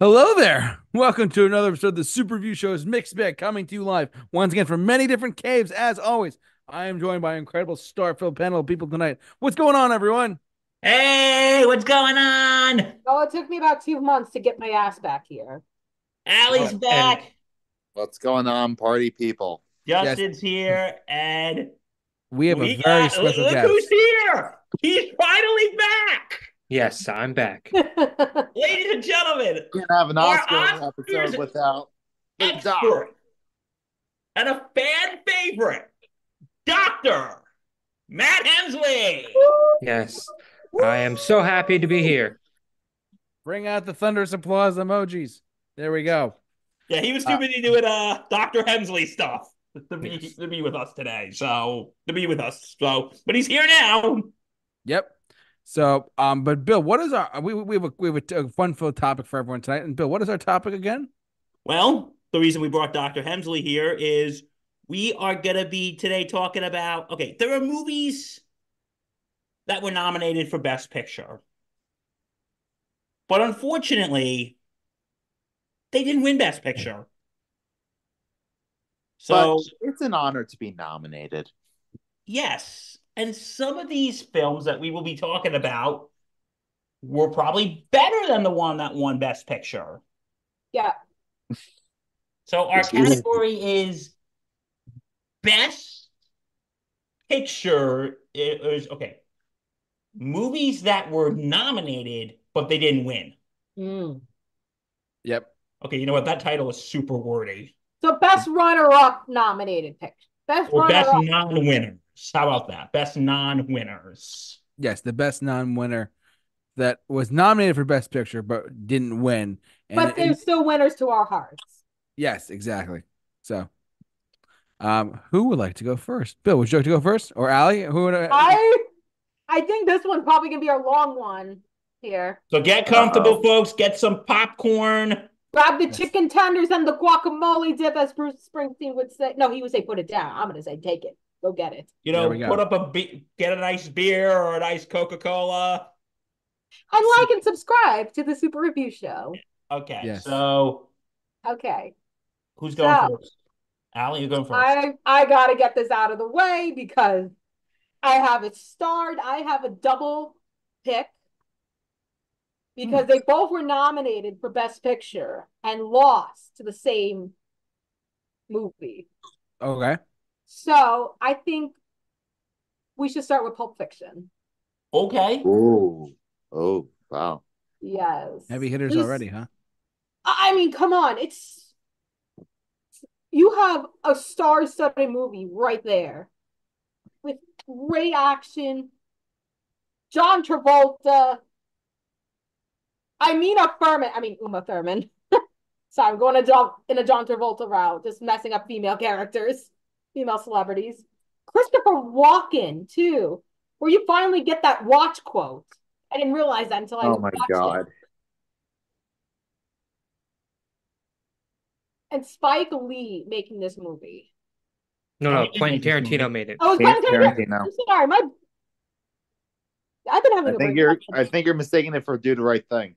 Hello there. Welcome to another episode of the Super View Show's Mixed Bag coming to you live once again from many different caves. As always, I am joined by an incredible star filled panel of people tonight. What's going on, everyone? Hey, what's going on? Oh, it took me about two months to get my ass back here. Allie's Oh, back. What's going on, party people? Justin's here, and We have we a very got- special look guest. who's here. He's finally back, Yes, I'm back. ladies and gentlemen. Can't have an Our Oscar Oscars- episode without the doc. Expert and a fan favorite, Doctor Matt Hemsley. Yes, I am so happy to be here. Bring out the thunderous applause emojis. There we go. Yeah, he was too Uh, busy doing uh Dr. Hemsley stuff to be Yes. to be with us today. So to be with us. So, but he's here now. Yep. So, um, but Bill, what is our we we have a we have a, a fun filled topic for everyone tonight. And Bill, what is our topic again? Well, the reason we brought Dr. Hemsley here is we are going to be today talking about okay, there are movies that were nominated for Best Picture. But unfortunately, they didn't win Best Picture. So, But it's an honor to be nominated. yes. And some of these films that we will be talking about were probably better than the one that won Best Picture. yeah. So our Which is- category is best picture it is okay. Movies that were nominated but they didn't win. Mm. Yep. Okay, you know what? That title is super wordy. So best runner-up nominated picture. Best Or best runner-up. non-winners. How about that? Best non-winners. Yes, the best non-winner that was nominated for Best Picture but didn't win. And but it- they're still winners to our hearts. Yes, exactly. So, um, who would like to go first? Bill, would you like to go first, or Ali? Who would? I I think this one's probably gonna be our long one here. So get comfortable, folks. Get some popcorn. Grab the Yes. chicken tenders and the guacamole dip, as Bruce Springsteen would say. No, he would say put it down. I'm gonna say take it. Go get it. You There know, we go. put up a be- get a nice beer or a nice Coca-Cola. And like and subscribe to the Super Review Show. Okay, Yes. so Okay. who's going So- first? Allie, you're going first. I I gotta get this out of the way because I have it starred. I have a double pick Hmm. because they both were nominated for Best Picture and lost to the same movie. Okay. So I think we should start with Pulp Fiction. Okay. Oh, oh, wow. Yes. Heavy hitters This- already, huh? I I mean, come on, it's you have a star-studded movie right there with great action. John Travolta. I mean, a Thurman. I mean, Uma Thurman. Sorry, I'm going to jump in a John Travolta route, just messing up female characters, female celebrities. Christopher Walken too, where you finally get that watch quote. I didn't realize that until I Oh my watched it. god. and Spike Lee making this movie. No, Oh, no, you did Quentin make this movie. Tarantino made it. I was Quentin trying to Tarantino. I'm sorry, my I've been having I a think brain you're fart. I think you're mistaking it for do the right thing.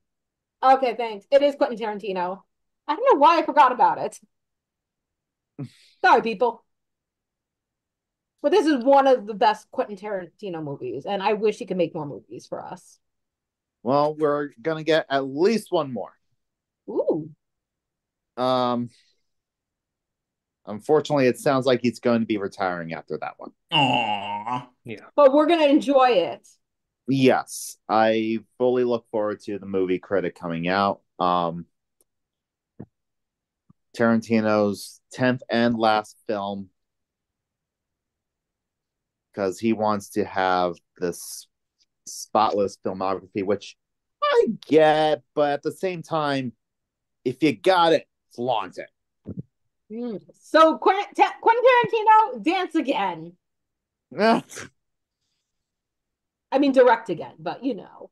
Okay, thanks. It is Quentin Tarantino. I don't know why I forgot about it. Sorry, people. But this is one of the best Quentin Tarantino movies, and I wish he could make more movies for us. Well, we're gonna get at least one more. Ooh. Um unfortunately it sounds like he's going to be retiring after that one. Aw. But we're gonna enjoy it. Yes, I fully look forward to the movie credit coming out. Um, Tarantino's 10th and last film because he wants to have this spotless filmography, which I get, but at the same time, if you got it, flaunt it. Mm. So Quentin, Ta- Quentin Tarantino, dance again. I mean, direct again, but you know.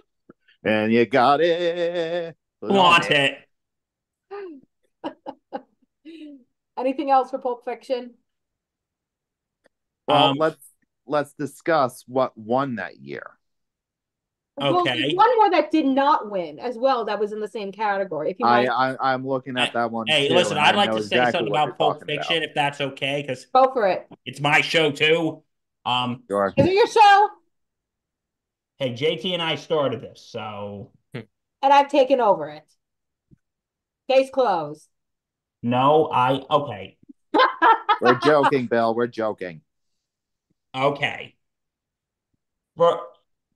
and you got it. Want it. Anything else for Pulp Fiction? Well, Um, let's let's discuss what won that year. Well, Okay. there's one more that did not win as well. That was in the same category. If you I, uh, want I I'm looking at that one. Hey, too, listen, and I'd I like know to say exactly something what about you're Pulp talking Fiction if that's okay, because go for it, it's my show too. Um, Sure. is it your show? hey, JT and I started this, so And I've taken over it. Case closed. no, I okay, We're joking, Bill. We're joking. okay. For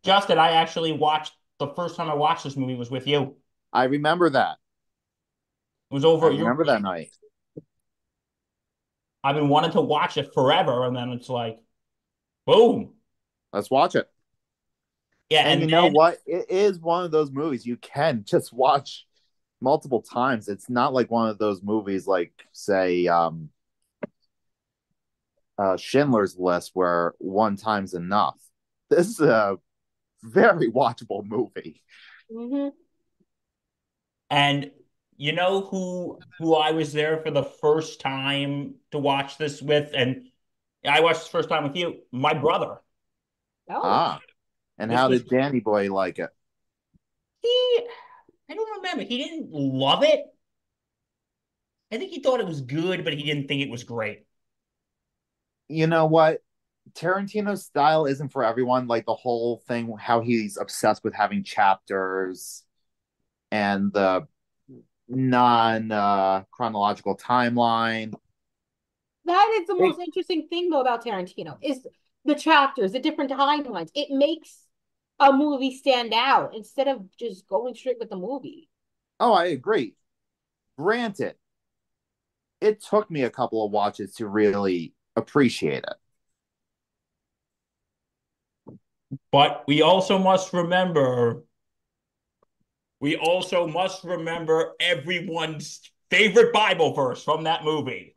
Justin, I actually watched the first time I watched this movie was with you. I remember that. It was I over. at your remember that night. I've been wanting to watch it forever, and then it's like, boom, Let's watch it. yeah. And, And, you know then- what? It is one of those movies you can just watch multiple times. It's not like one of those movies like say um uh Schindler's List where one time's enough. This is a very watchable movie. hmm And you know who who I was there for the first time to watch this with, and I watched this first time with you, my brother. Oh, Ah. And This how was- did Danny Boy like it? He, I don't remember. He didn't love it. I think he thought it was good, but he didn't think it was great. you know what? Tarantino's style isn't for everyone. Like the whole thing, how he's obsessed with having chapters and the non uh, chronological timeline. that is the most interesting thing though about Tarantino is the chapters, the different timelines. It makes a movie stand out instead of just going straight with the movie. Oh, I agree. Granted, it took me a couple of watches to really appreciate it. But we also must remember, we also must remember everyone's favorite Bible verse from that movie.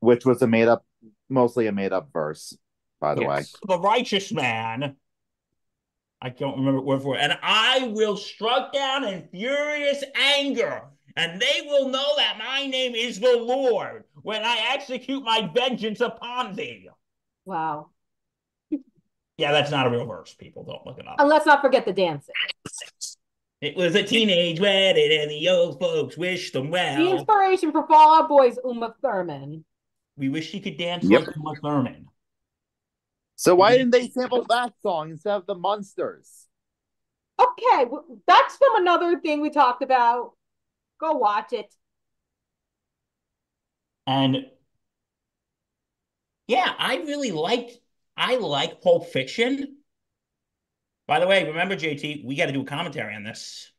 Which was a made up, mostly a made up verse, by the way. The righteous man. I don't remember word for word. And I will strike down in furious anger, and they will know that my name is the Lord when I execute my vengeance upon thee. Wow. Yeah, that's not a real verse, people. Don't look it And up. let's not forget the dancing. It was a teenage wedding, and the old folks wished them The well. inspiration for Fall Out Boy's Uma Thurman. We wish she could dance Yep. like Uma Thurman. So why didn't they sample that song instead of the Munsters? Okay, w- that's from another thing we talked about. Go watch it. And yeah, I really liked I like Pulp Fiction. By the way, remember JT, we got to do a commentary on this.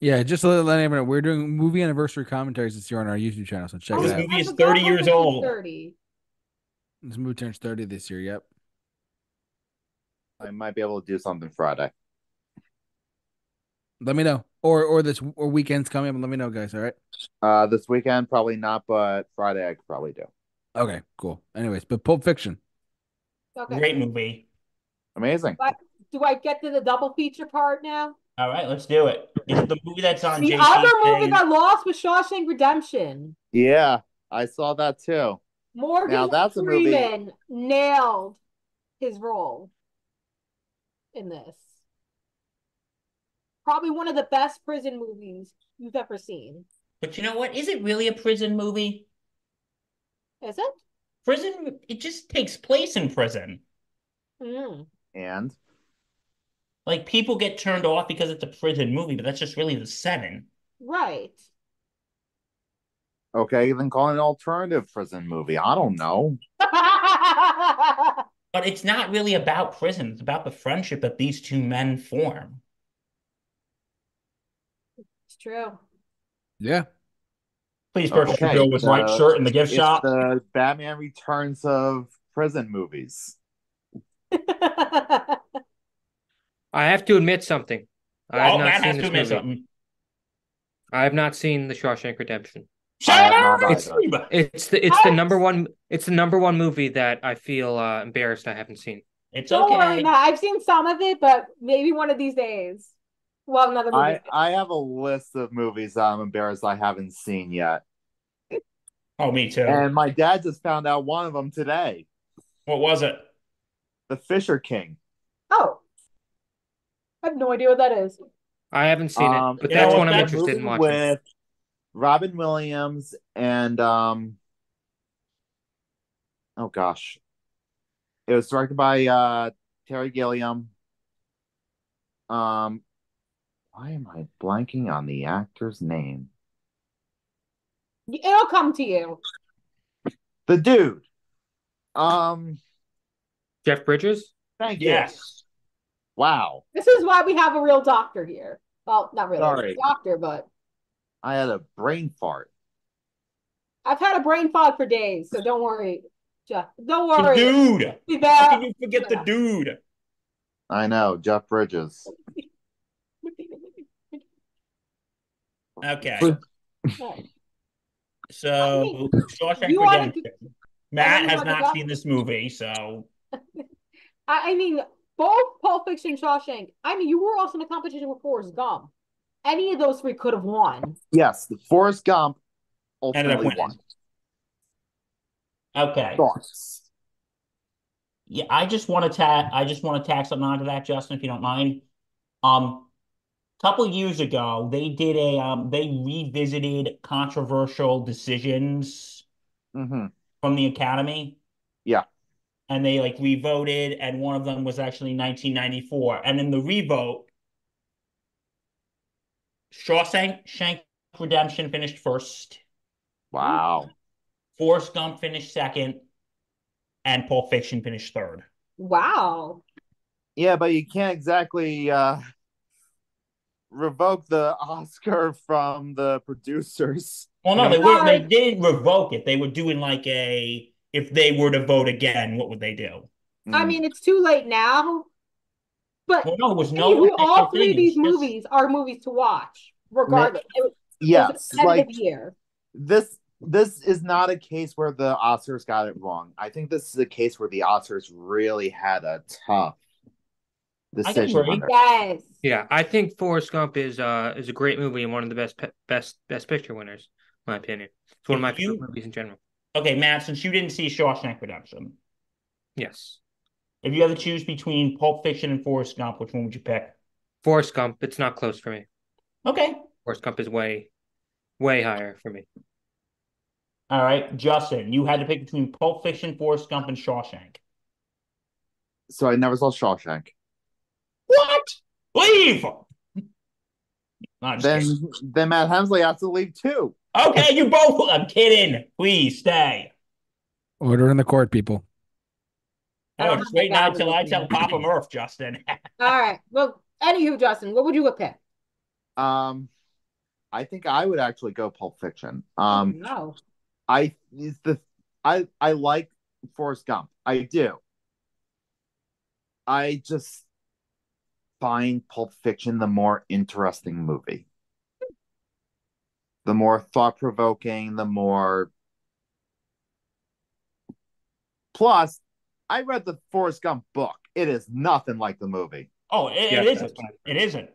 Yeah, just to let, let everyone know, we're doing movie anniversary commentaries this year on our YouTube channel, so check Oh, it This out. movie I is forgot 30 Pulp years Fiction's old. 30. This movie turns 30 this year, yep. I might be able to do something Friday. Let me know. Or or this or weekend's coming up, let me know, guys, all right? Uh, this weekend probably not, but Friday I could probably do. Okay, cool. Anyways, but Pulp Fiction. Okay. Great movie. Amazing. Do I get to the double feature part now? All right, let's do it. It's the movie that's on The JT's other movie thing. that lost was Shawshank Redemption. Yeah, I saw that too. Morgan Now that's a movie. Freeman nailed his role in this. Probably one of the best prison movies you've ever seen. But you know what? Is it really a prison movie? Is it? Prison, it just takes place in prison. Mm. And Like people get turned off because it's a prison movie, but that's just really the setting. Right. okay, then call it an alternative prison movie. I don't know. But it's not really about prison. It's about the friendship that these two men form. It's true. Yeah. Please purchase Okay, your Joe with white uh, shirt in the gift It's shop. the Batman Returns of prison movies. I have to admit something. I have oh, not Matt seen has to this admit movie. something. I have not seen The Shawshank Redemption. I Shut up! have not It's- It's the it's the number one it's the number one movie that I feel uh, embarrassed I haven't seen. It's Don't worry, okay. Matt. I've seen some of it, but maybe one of these days. Well, another movie. I I have a list of movies that I'm embarrassed I haven't seen yet, Oh, me too. and my dad just found out one of them today, What was it? The Fisher King. oh, I have no idea what that is. I haven't seen Um, it, but you that's know, one I'm that interested in movie watching. With Robin Williams and um, oh gosh, it was directed by uh Terry Gilliam. Um, why am I blanking on the actor's name? It'll come to you. The dude. Um, Jeff Bridges? thank you. Yes. Wow, This is why we have a real doctor here. Well, not really Sorry. a doctor, but I had a brain fart. I've had a brain fog for days, so don't worry, Jeff. Don't The worry. dude. Be How back. can you forget the dude? I know Jeff Bridges. Okay. Alright. So Shawshank You wanted to- Redemption. Matt wanted has to talk not about- seen this movie, so I, I mean, both Pulp Fiction, and Shawshank. I mean, you were also in a competition with Forrest Gump. Any of those three could have won. Yes, the Forrest Gump Ended up ultimately winning. won. okay. Thoughts? Yeah, I just want to tag. I just want to tag something onto that, Justin, if you don't mind. Um, couple years ago, they did a um, they revisited controversial decisions hmm from the Academy. Yeah. And they like revoted, and one of them was actually 1994. And in the revote, Shawshank Shank Redemption finished first, Wow. Forrest Gump finished second, and Pulp Fiction finished third. Wow. Yeah, but you can't exactly uh, revoke the Oscar from the producers. Well, no, You they know? weren't. They Sorry. didn't revoke it. They were doing like a if they were to vote again, what would they do? Mm. I mean, it's too late now, but Well, no, it was I no mean, we- all official three of thing. It's these just- movies are movies to watch, regardless. It was- it was yes, the end like of the year. this. This is not a case where the Oscars got it wrong. I think this is a case where the Oscars really had a tough can decision. agree. on their- Yes. Yeah, I think Forrest Gump is uh is a great movie and one of the best pe- best best picture winners, in my opinion. It's one of my If you- favorite movies in general. Okay, Matt, since you didn't see Shawshank Redemption, Yes, if you had to choose between Pulp Fiction and Forrest Gump, which one would you pick? Forrest Gump. It's not close for me. Okay. Forrest Gump is way, way higher for me. All right, Justin, you had to pick between Pulp Fiction, Forrest Gump, and Shawshank. So I never saw Shawshank. What? Leave! Not Then, then Matt Hemsley has to leave too. Okay, you both. I'm kidding. Please stay. Order in the court, people. I No, don't just have my wait now guy till I with tell me. Papa Murph, Justin. All right. Well, anywho, Justin, what would you have picked? Um, I think I would actually go Pulp Fiction. Um, no. I it's the I I like Forrest Gump. I do. I just find Pulp Fiction the more interesting movie. The more thought provoking, the more plus I read the Forrest Gump book. It is nothing like the movie. Oh, it, Yeah, it isn't. that's- It isn't.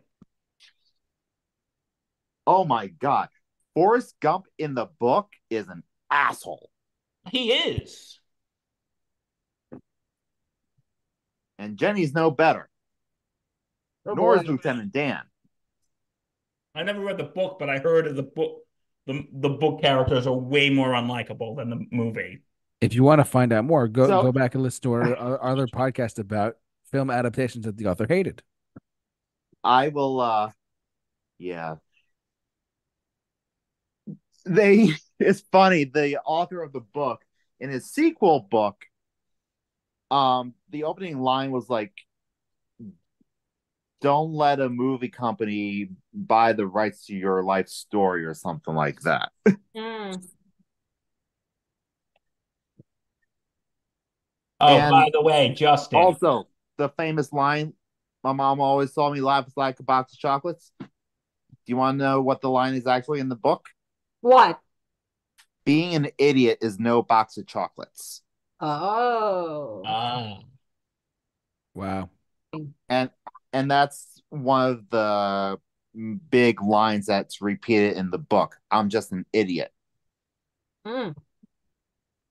Oh my god. Forrest Gump in the book is an asshole. He is. And Jenny's no better. Oh, nor boy. is Lieutenant Dan. I never read the book, but I heard of the book. The, the book characters are way more unlikable than the movie. If you want to find out more, go So- go back and listen to our, our our other podcast about film adaptations that the author hated. I will uh yeah. They it's funny, the author of the book in his sequel book, um, the opening line was like don't let a movie company buy the rights to your life story or something like that. Mm. Oh, And- by the way, Justin. Also, the famous line, my mom always saw me laugh like a box of chocolates. Do you want to know what the line is actually in the book? What? Being an idiot is no box of chocolates. Oh. Ah. Wow. And that's one of the big lines that's repeated in the book. I'm just an idiot. Mm.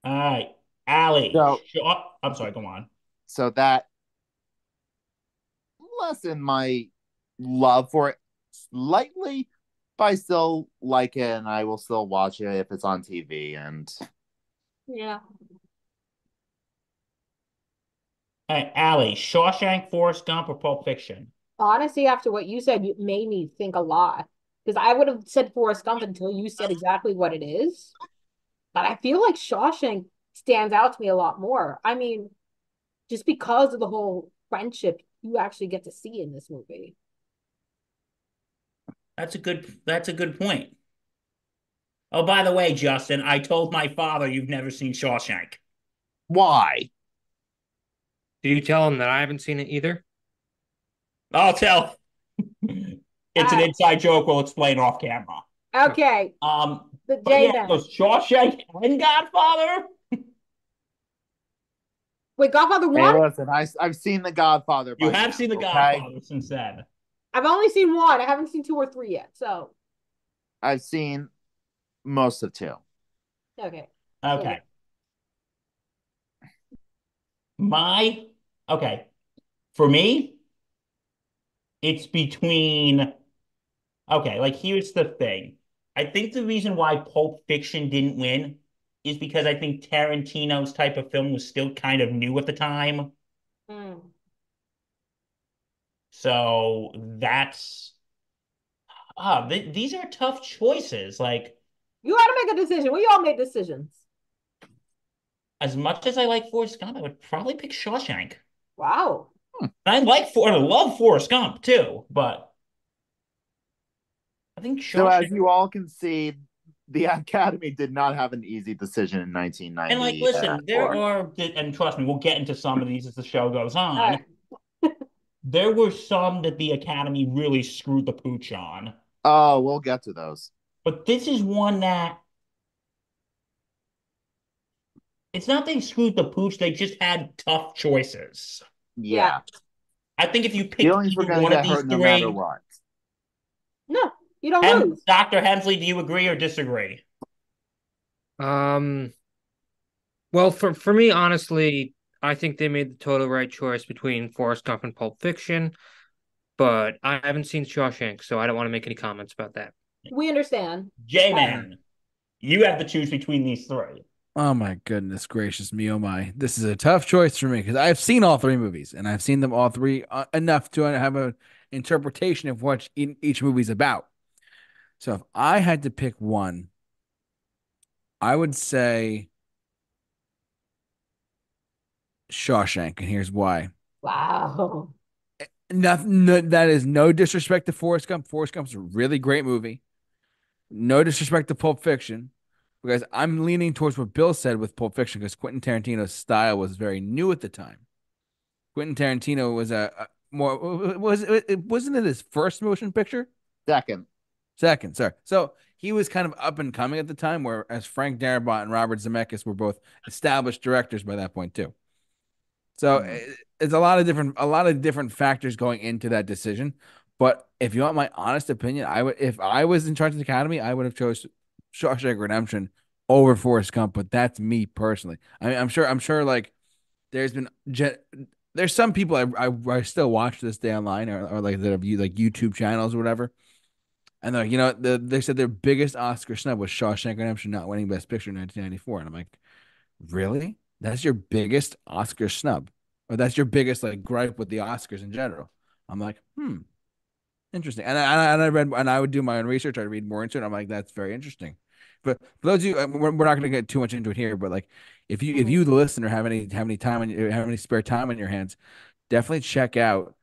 all right, Allie. So- Shaw- I'm sorry. Go on. So that lessened my love for it slightly, but I still like it and I will still watch it if it's on TV. And Yeah. All right, Allie, Shawshank, Forrest Gump, or Pulp Fiction? Honestly, after what you said, you made me think a lot. Because I would have said Forrest Gump until you said exactly what it is. But I feel like Shawshank stands out to me a lot more. I mean, just because of the whole friendship you actually get to see in this movie. That's a good. That's a good point. Oh, by the way, Justin, I told my father you've never seen Shawshank. why? Did you tell him that I haven't seen it either? I'll tell. it's an inside joke. We'll explain off camera. Okay, Um, the but J yeah, then. so Shawshank and Godfather. Wait, Godfather Hey, one? listen, I, I've seen The Godfather. You by have now, seen The okay? Godfather since then. I've only seen one. I haven't seen two or three yet. So, I've seen most of two. okay. Okay. My okay. For me, it's between okay, like here's the thing. I think the reason why Pulp Fiction didn't win is because I think Tarantino's type of film was still kind of new at the time. Mm. So that's ah, th these are tough choices. Like You had to make a decision. We all made decisions. as much as I like Forrest Gump, I would probably pick Shawshank. Wow. I like for I love Forrest Gump too, but I think So as Shawshank you all can see, the Academy did not have an easy decision in 1990. and like listen, there or- are and trust me, we'll get into some of these as the show goes on. All right. There were some that the Academy really screwed the pooch on. Oh, we'll get to those. But this is one that it's not they screwed the pooch, they just had tough choices. Yeah, I think if you pick feelings were either going one to of get these hurt no three, matter what. You don't Hem- lose. Dr. Hemsley, do you agree or disagree? Um, well, for for me, honestly, I think they made the total right choice between Forrest Gump and Pulp Fiction, but I haven't seen Shawshank, so I don't want to make any comments about that. We understand. J-Man, you have to choose between these three. Oh my goodness gracious me! Oh my, this is a tough choice for me because I've seen all three movies and I've seen them all three uh, enough to have an interpretation of what each each movie's about. So if I had to pick one, I would say Shawshank, and here's why. Wow. Nothing no, that is no disrespect to Forrest Gump. Forrest Gump's a really great movie. No disrespect to Pulp Fiction, because I'm leaning towards what Bill said with Pulp Fiction, because Quentin Tarantino's style was very new at the time. Quentin Tarantino was a, a more was it wasn't it his first motion picture? Second, Second, sorry. So he was kind of up and coming at the time, whereas Frank Darabont and Robert Zemeckis were both established directors by that point too. So Mhm. it- it's a lot of different, a lot of different factors going into that decision. But if you want my honest opinion, I would, if I was in charge of the academy, I would have chose Shawshank Redemption over Forrest Gump. But that's me personally. I mean, I'm sure, I'm sure, like there's been gen- there's some people I, I I still watch to this day online or, or like that have you like YouTube channels or whatever. And they're like, you know, the, they said their biggest Oscar snub was Shawshank Redemption not winning Best Picture in 1994. And I'm like, really? That's your biggest Oscar snub, or that's your biggest like gripe with the Oscars in general. I'm like, hmm, interesting. And I, and I- and I read and I would do my own research. I'd read more into it. I'm like, that's very interesting. But for those of you, uh, we're, we're not going to get too much into it here. But like, if you if Mhm. you the listener have any have any time and have any spare time on your hands, definitely check out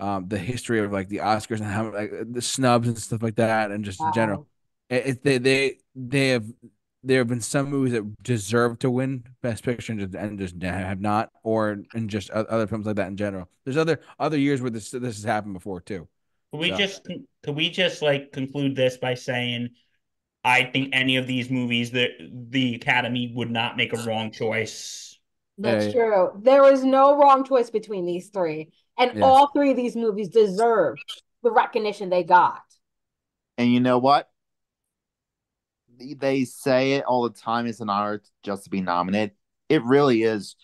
um the history of like the Oscars and how like the snubs and stuff like that, and just in general. Wow. It, it, Eh, they they they have there have been some movies that deserve to win Best Picture and just, and just have not, or and just o- other films like that in general. There's other other years where this this has happened before too. Can we Yeah. just can we just like conclude this by saying I think any of these movies that the Academy would not make a wrong choice. That's Yeah, true. There was no wrong choice between these three. And Yeah. all three of these movies deserve the recognition they got. and you know what? They say it all the time. It's an honor just to be nominated. It really is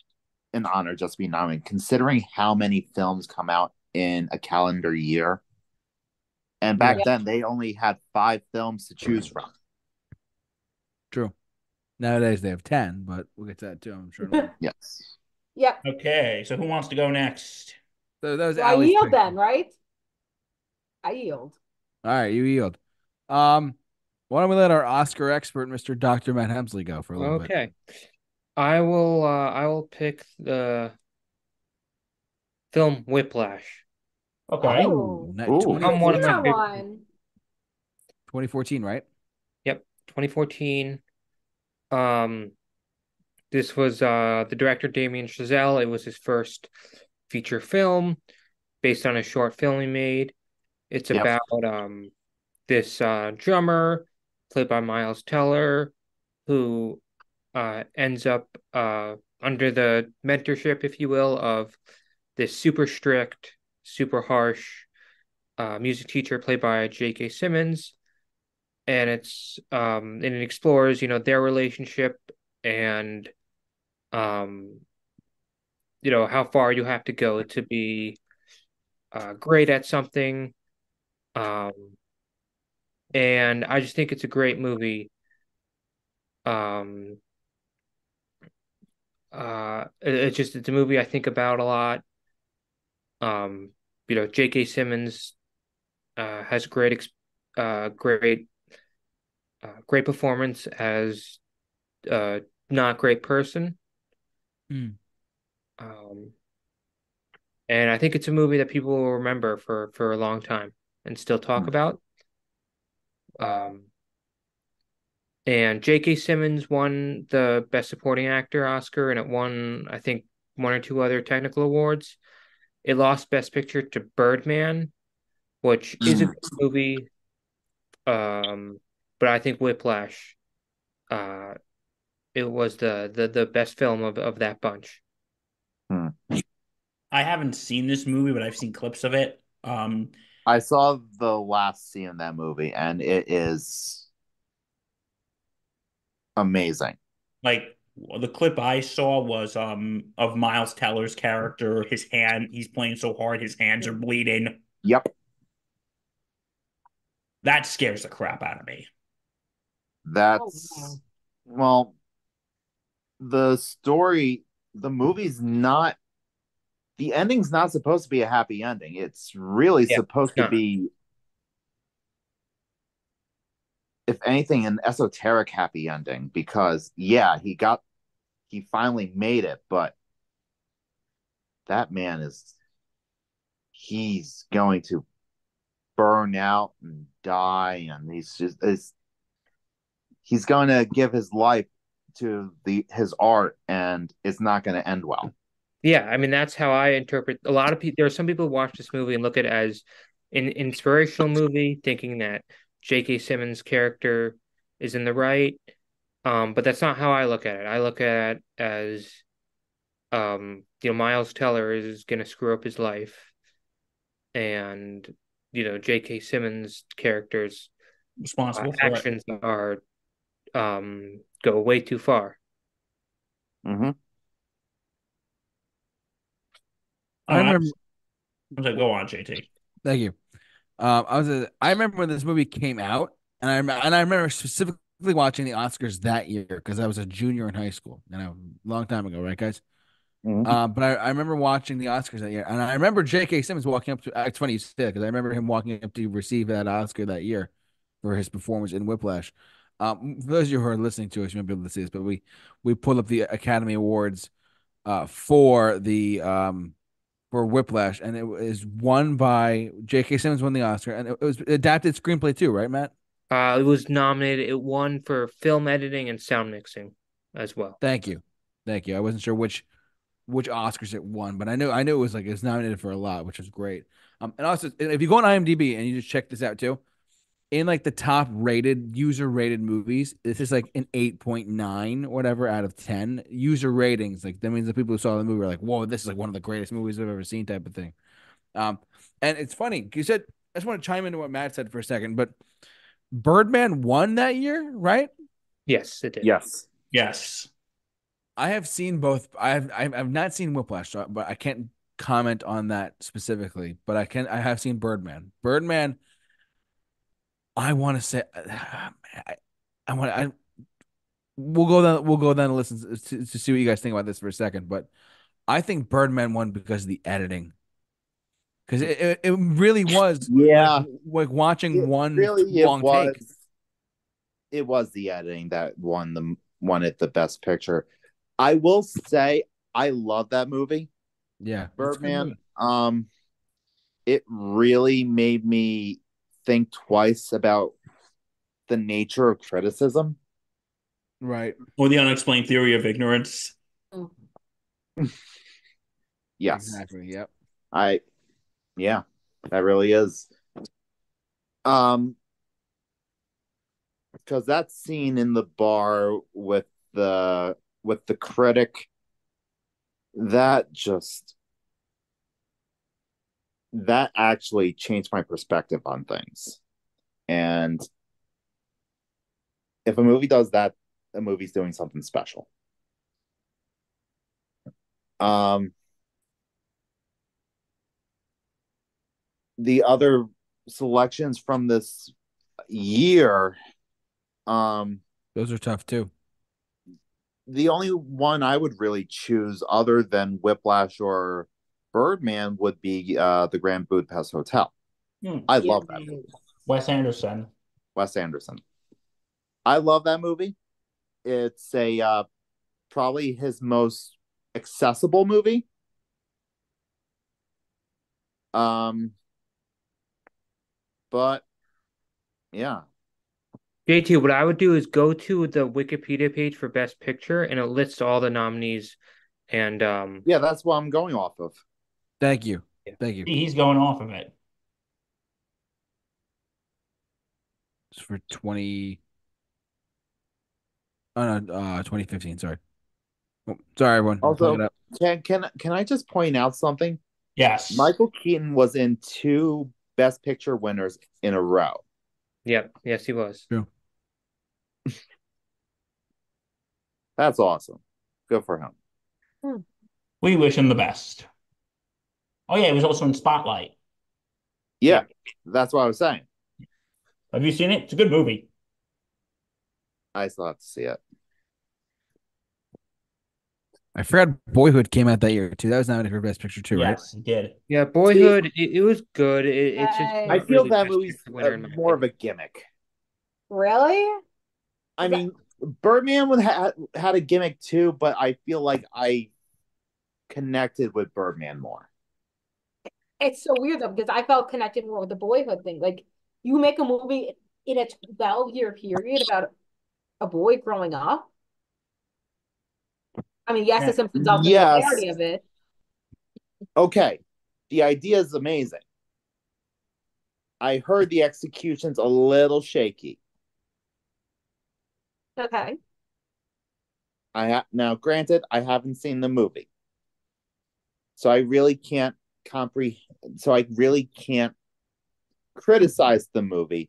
an honor just to be nominated, considering how many films come out in a calendar year. And back Yeah. then, they only had five films to choose from. True. Nowadays they have ten, but we'll get to that too. I'm sure. in a minute. Yes. Yep. Okay, so who wants to go next? so that was I Ali's yield pick. then, right? I yield. All right, you yield. Um, why don't we let our Oscar expert, Mr. Dr. Matt Hemsley, go for a little bit? Okay. I will uh I will pick the film Whiplash. Okay. Oh. Ooh, ni- Ooh. 20 I'm one of my Yeah, favorite- one. 2014, right? 2014. Um this was uh the director Damien Chazelle. It was his first feature film based on a short film he made. It's Yep. about um this uh drummer played by Miles Teller who uh ends up uh under the mentorship if you will of this super strict, super harsh uh music teacher played by J.K. Simmons and it's um and it explores, you know, their relationship and um you know how far you have to go to be uh, great at something um and i just think it's a great movie um uh it- it's just it's a movie i think about a lot um you know jk simmons uh has great ex- uh great uh, great performance as uh not great person Hmm. um and I think it's a movie that people will remember for for a long time and still talk Hmm. about. Um, and J.K. Simmons won the Best Supporting Actor Oscar, and it won I think one or two other technical awards. It lost Best Picture to Birdman, which is a good movie, um, but I think Whiplash, uh, it was the the the best film of of that bunch. I haven't seen this movie, but I've seen clips of it. Um, I saw the last scene in that movie, and it is amazing. like the clip I saw was um of Miles Teller's character. His hand, he's playing so hard, his hands are bleeding. Yep. That scares the crap out of me. That's Oh, well, the story, the movie's not, the ending's not supposed to be a happy ending. It's really Yeah, supposed no. to be, if anything, an esoteric happy ending because, yeah, he got, he finally made it, but that man is, he's going to burn out and die. And he's just, it's, he's going to give his life to the his art and it's not going to end well Yeah, I mean that's how I interpret a lot of people. There are some people who watch this movie and look at it as an inspirational movie, thinking that J.K. Simmons' character is in the right. Um, but that's not how I look at it. I look at it as, um, you know, Miles Teller is going to screw up his life, and you know, J.K. Simmons' character's uh, Responsible for it. actions are, um, go way too far. mm-hmm. I Uh, remember. So go on, JT. Thank you. Um, I was. A, I remember when this movie came out, and I rem- and I remember specifically watching the Oscars that year because I was a junior in high school, and a long time ago, right, guys? Mm-hmm. Um, but I, I remember watching the Oscars that year, and I remember J.K. Simmons walking up to. uh, It's funny you said because I remember him walking up to receive that Oscar that year for his performance in Whiplash. Um, for those of you who are listening to us, you won't be able to see this, but we we pulled up the Academy Awards uh, for the um, for Whiplash, and it was won by J.K. Simmons won the Oscar, and it, it was adapted screenplay too, right, Matt? Uh, it was nominated. It won for film editing and sound mixing as well. Thank you, thank you. I wasn't sure which which Oscars it won, but I knew I knew it was like it was nominated for a lot, which was great. Um, and also if you go on IMDb and you just check this out too, in like the top rated user rated movies, this is like an eight point nine whatever out of ten user ratings. Like that means the people who saw the movie were like, "Whoa, this is like one of the greatest movies I've ever seen," type of thing. Um, and it's funny you said I just want to chime into what Matt said for a second, but Birdman won that year, right? Yes, it did. yes Yes. I have seen both. I've I've, I've not seen Whiplash, so- but I can't comment on that specifically. But I can. I have seen Birdman. Birdman I want to say, uh, I, I want. I we'll go down. We'll go down and listen to, to see what you guys think about this for a second. But I think Birdman won because of the editing, because it, it it really was Yeah, like watching It one really it long was. take. It was the editing that won the won it the best picture. I will say I love that movie. Yeah, it's a good Birdman. movie. Um, it really made me think twice about the nature of criticism. Right. Or the unexplained theory of ignorance. Yes, Exactly. Yep. I. Yeah, that really is. Um, because that scene in the bar with the with the critic, that just that actually changed my perspective on things, and if a movie does that, a movie's doing something special. Um. the other selections from this year um Those are tough too. the only one i would really choose other than whiplash or birdman would be uh the grand budapest hotel Hmm. i love that movie Wes Anderson. wes anderson i love that movie it's a uh probably his most accessible movie um but yeah JT, what I would do is go to the Wikipedia page for Best Picture, and it lists all the nominees. And um, Yeah, that's what I'm going off of. Thank you. Yeah. Thank you. He's going off of it. It's for twenty. Oh no, uh, twenty fifteen. Sorry. Oh, sorry, everyone. I'll Also- plug it up. Can can can I just point out something? Yes. Michael Keaton was in two Best Picture winners in a row. yep, yes, he was. That's awesome. Good for him. We wish him the best. Oh yeah, he was also in Spotlight. Yeah, that's what I was saying. Have you seen it? It's a good movie. I still have to see it. I forgot Boyhood came out that year too. That was nominated for Best Picture too, right? yes, he did. Yeah, Boyhood, it, it was good. It, it's just Yay. I not feel really that Best movie's Picture winner uh, in my more of a opinion. gimmick. Really? I Is mean, Birdman would ha- had a gimmick too, but I feel like I connected with Birdman more. It's so weird though because I felt connected more with the boyhood thing. Like you make a movie in a 12 year period about a boy growing up. I mean, yes, Yeah. the Simpsons also did a Yes. parody of it. Okay, the idea is amazing. I heard the execution's a little shaky. Okay. I ha- now granted I haven't seen the movie. So I really can't comprehend so I really can't criticize the movie.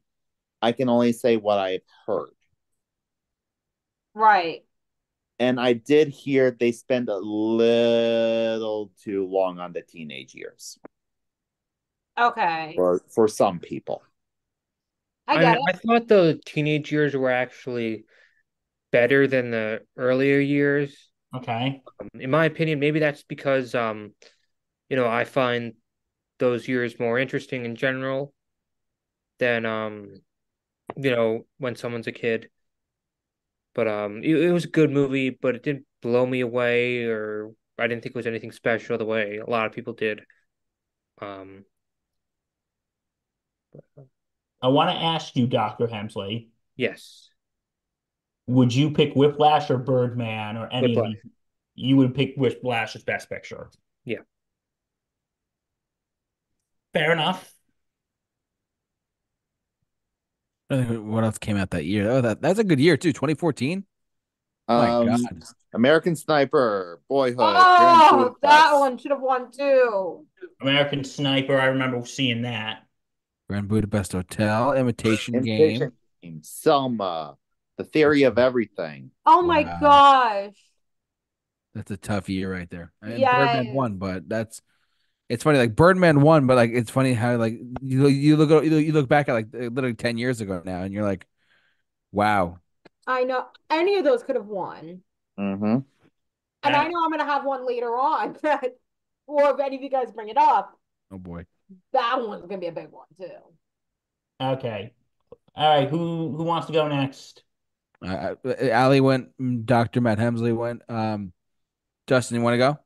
I can only say what I've heard. Right. And I did hear they spend a little too long on the teenage years Okay. for for some people. I I, get mean, it. I thought the teenage years were actually better than the earlier years. Okay. Um, In my opinion, maybe that's because um, you know, I find those years more interesting in general than um, you know, when someone's a kid. But um, it, it was a good movie, but it didn't blow me away, or I didn't think it was anything special the way a lot of people did. Um, I want to ask you, Dr. Hemsley, yes, would you pick Whiplash or Birdman or any of Whiplash. these? You would pick Whiplash as Best Picture. Yeah. Fair enough. I don't know What else came out that year? Oh, that that's a good year too. Twenty fourteen. Oh My Um, God. American Sniper, Boyhood. Grand Oh, Budapest. that one should have won too. American Sniper, I remember seeing that. Grand Budapest Hotel, Imitation Imitation Game. Game, Selma, The Theory of Everything. Oh my Wow. gosh. That's a tough year right there. And Yes. Birdman won, but that's It's funny, like Birdman won, but like it's funny how like you you look you look- you look back at like literally ten years ago now, and you're like, wow, I know any of those could have won. Mm-hmm. And I know I'm gonna have one later on that, or if any of you guys bring it up, oh boy. that one's gonna be a big one too. Okay. All right. Who who wants to go next? Uh, Ali went, mm, Doctor Matt Hemsley went. Um, Justin, you want to go?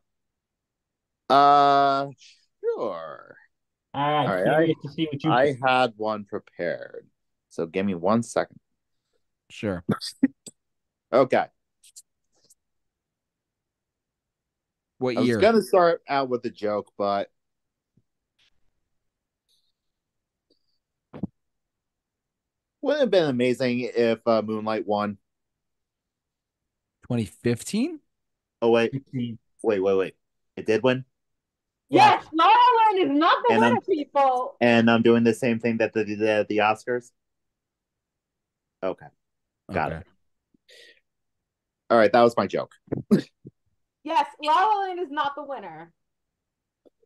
Uh, sure. All right. All right, Curious to see what you. I had one prepared, so give me one second. Sure. Okay, What I was year? gonna start out with a joke, but wouldn't it have been amazing if uh, Moonlight won. 2015? Oh wait, wait, wait, wait! It did win, Yeah. Yes, La La Land is not the And I'm- winner, people. and I'm doing the same thing that they did at the Oscars. Okay, Got it. Okay. all right, that was my joke. Yes, La La Land is not the winner.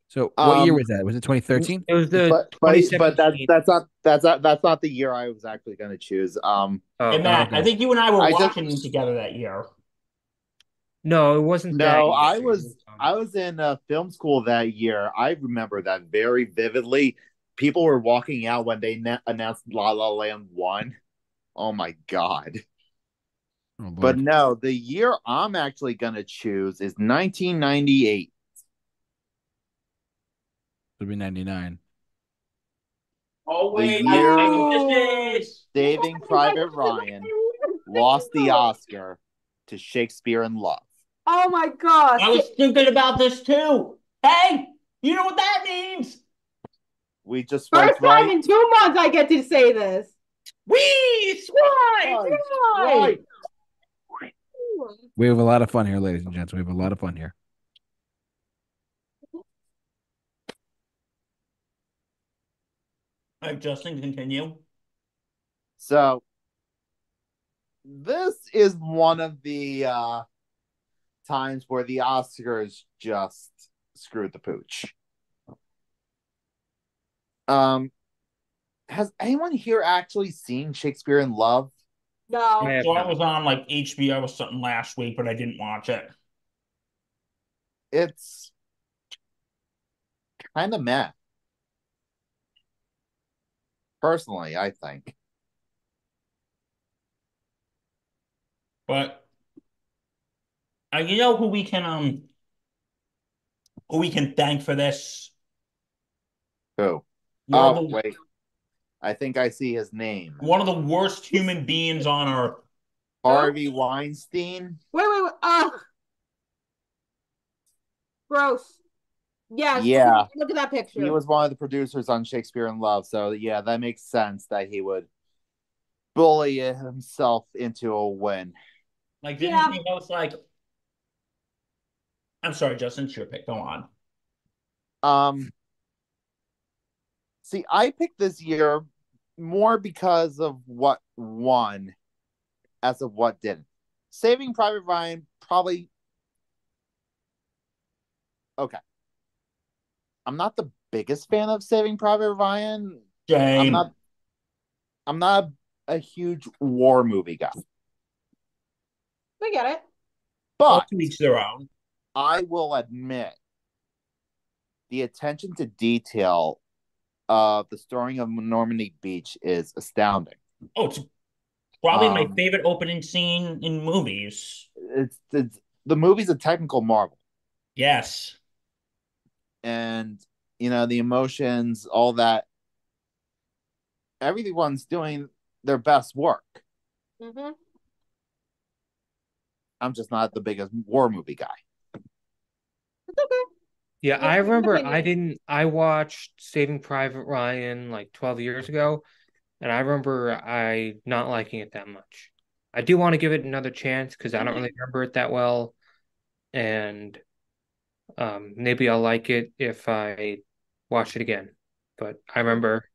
So what year Um, was that? Was it 2013? It was the but but, but that's 2017. that's not that's not that's not the year I was actually going to choose. Um, Oh, And Matt, okay. I think you and I were I just- watching together that year. no, it wasn't. that No, year. I It was- um, I was in uh, film school that year. I remember that very vividly. People were walking out when they na- announced La La Land one. Oh my god! Oh, Lord. But no, the year I'm actually going to choose is 1998. it'll be 99. Oh wait, I- I Saving Oh, Private that's- Ryan lost the Oscar to Shakespeare in Love. Oh my gosh. I was thinking about this too. Hey, you know what that means? We just First went time right. in two months I get to say this. We swine. Right, Why? right. We have a lot of fun here, ladies and gents. We have a lot of fun here. All right, Justin, continue. So this is one of the uh times where the Oscars just screwed the pooch. Um has anyone here actually seen Shakespeare in Love? I No. have So I no- was on like HBO or something last week, but I didn't watch it. It's kind of meh. Personally, I think. But uh, you know who we can um who we can thank for this? Who? One of Oh, the- wait. I think I see his name. one of the worst human beings on earth. Harvey Weinstein. Wait, wait, Ah. wait. Ugh. Gross. Yes. Yeah. Look at that picture. he was one of the producers on Shakespeare in Love, so yeah, that makes sense that he would bully himself into a win. Like, didn't Yeah. he host like? I'm sorry, Justin. It's your pick. Go on. Um, see, I picked this year more because of what won, as of what didn't. Saving Private Ryan probably. Okay, I'm not the biggest fan of Saving Private Ryan. Jane. I'm not. I'm not a huge war movie guy, We get it. all but to each their own. I will admit the attention to detail of the story of Normandy Beach is astounding. Oh, it's probably my Um, favorite opening scene in movies. It's, it's the movie's a technical marvel, Yes. and you know the emotions, all that. Everyone's doing their best work. hmm I'm just not the biggest war movie guy. It's okay. Yeah, Yeah, I different remember I opinions. didn't I watched Saving Private Ryan like 12 years ago, and I remember I not liking it that much. I do want to give it another chance because I don't really remember it that well, and um maybe I'll like it if I watch it again. But I remember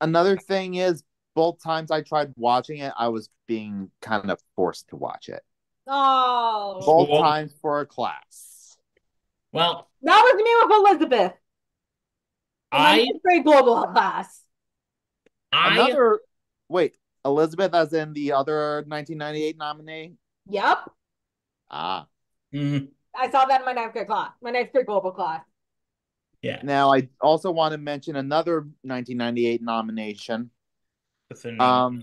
Another thing is, both times I tried watching it, I was being kind of forced to watch it. Oh. Both Well- times for a class. Well, That was me with Elizabeth. I great blah blah class. I Another wait, Elizabeth as in the other 1998 nominee. Yep. Ah, Mhm. I saw that in my ninth grade class, my ninth grade global class. yeah. now I also want to mention another 1998 nomination. that's a- Um,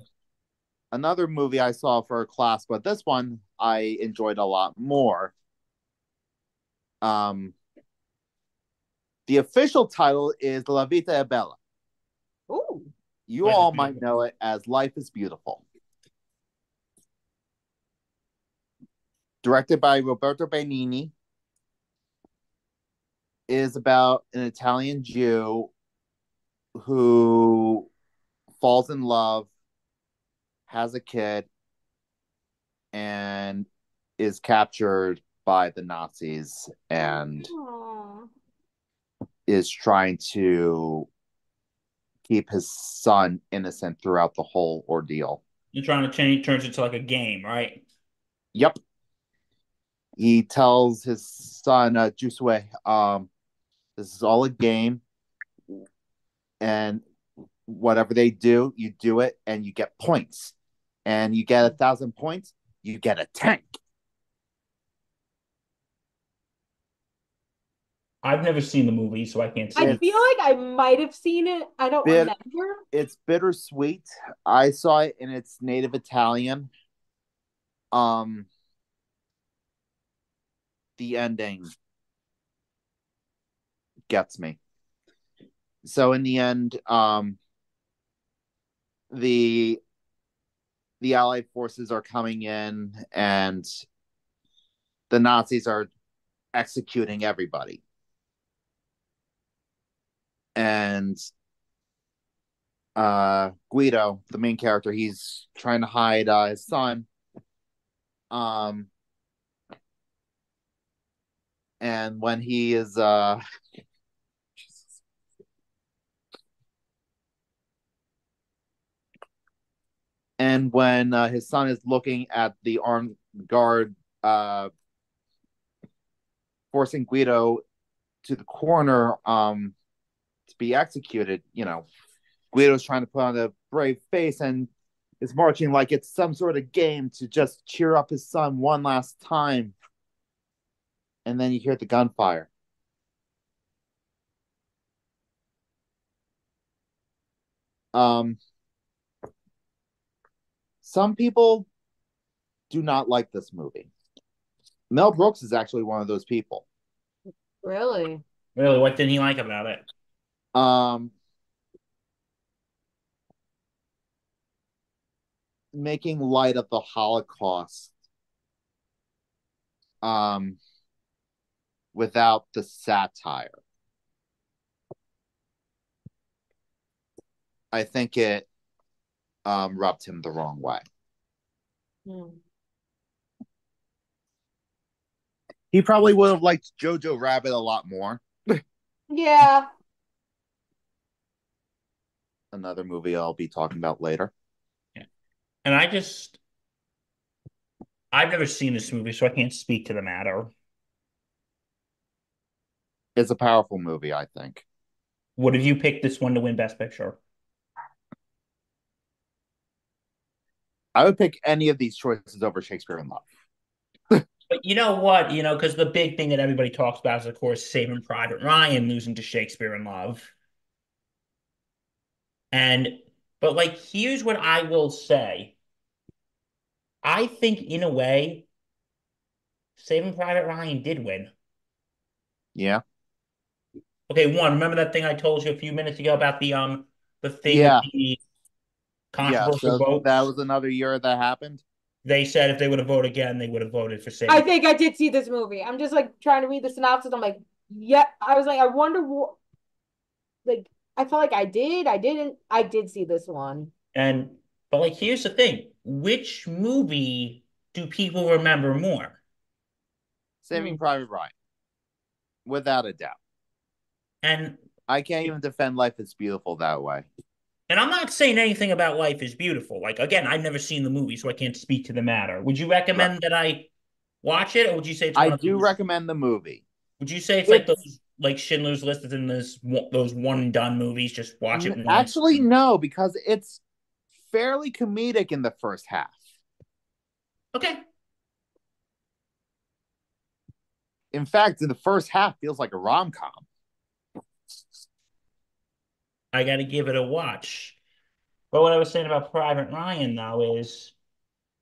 another movie I saw for a class, but this one I enjoyed a lot more. Um, the official title is La Vita è Bella. Ooh. You Life is all might Beautiful. know it as Life is Beautiful. Directed by Roberto Benigni, is about an Italian Jew who falls in love, has a kid, and is captured by the Nazis and Aw. is trying to keep his son innocent throughout the whole ordeal. You're trying to change turns into like a game, right? Yep. He tells his son, uh, Jusue, um, this is all a game. And whatever they do, you do it and you get points. And you get a thousand points, you get a tank. I've never seen the movie, so I can't I say. feel like I might have seen it. I don't Bit- remember. It's bittersweet. I saw it in its native Italian. Um, the ending gets me. So in the end, um, the the Allied forces are coming in, and the Nazis are executing everybody. And uh, Guido, the main character, he's trying to hide uh, his son. Um, and when he is uh and when uh, his son is looking at the armed guard uh forcing guido to the corner um to be executed you know guido's trying to put on a brave face and is marching like it's some sort of game to just cheer up his son one last time and then you hear the gunfire. Um, some people do not like this movie. Mel Brooks is actually one of those people. Really? Really, what didn't he like about it? Um, making light of the Holocaust um, without the satire. I think it um, rubbed him the wrong way. Hmm. He probably would have liked Jojo Rabbit a lot more. Yeah. Another movie I'll be talking about later. And I just, I've never seen this movie, so I can't speak to the matter. It's a powerful movie, I think. Would have you picked this one to win Best Picture? I would pick any of these choices over Shakespeare in Love. But you know what? You know, because the big thing that everybody talks about is, of course, Saving Private Ryan losing to Shakespeare in Love. And, but like, here's what I will say. I think, in a way, Saving Private Ryan did win. Yeah. Okay, one, remember that thing I told you a few minutes ago about the um the thing with Yeah. the Yeah. controversial So vote? that was another year that happened. They said if they would have voted again, they would have voted for Saving. I think I did see this movie. I'm just like trying to read the synopsis. I'm like, yeah. I was like, I wonder what. Like, I felt like I did. I didn't. I did see this one. And but like here's the thing, which movie do people remember more? Saving Hmm. Private Ryan. Without a doubt. And I can't even defend Life is Beautiful that way. and I'm not saying anything about Life is Beautiful. Like again, I've never seen the movie, so I can't speak to the matter. Would you recommend that I watch it, or would you say it's one I of do those- recommend the movie. would you say it's like It's- those like Schindler's List is in this one- those one and done movies? Just watch it. N- once. Actually, no, because it's fairly comedic in the first half. okay. In fact, in the first half feels like a rom com. I got to give it a watch. But what I was saying about Private Ryan, though, is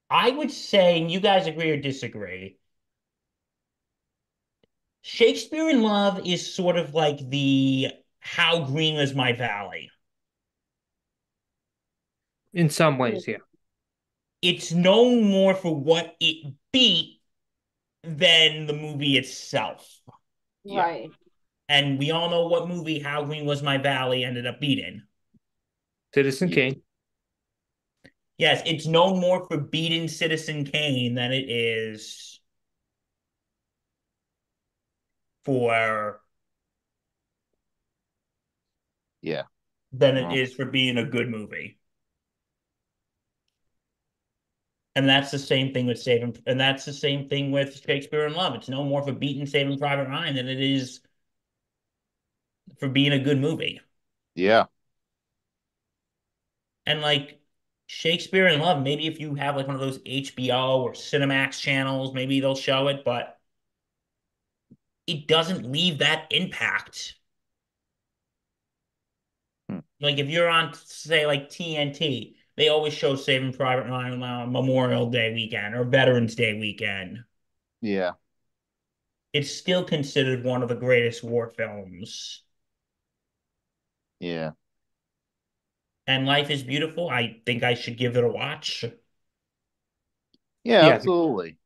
I would say, and you guys agree or disagree, Shakespeare in Love is sort of like the How Green Was My Valley. in some ways, yeah. It's known more for what it beat than the movie itself. Yeah. Right. And we all know what movie How Green Was My Valley ended up beating. Citizen Kane. Yes, it's known more for beating Citizen Kane than it is for Yeah. than Wow. it is for being a good movie. And that's the same thing with Saving, and that's the same thing with Shakespeare in Love. It's no more for beating Saving Private Ryan than it is for being a good movie. Yeah. And like Shakespeare in Love, maybe if you have like one of those HBO or Cinemax channels, maybe they'll show it, but it doesn't leave that impact. Hmm. Like if you're on, say, like TNT, they always show Saving Private Ryan on Memorial Day weekend or Veterans Day weekend. Yeah. It's still considered one of the greatest war films. Yeah. And Life is Beautiful, I think I should give it a watch. Yeah, Yeah. absolutely.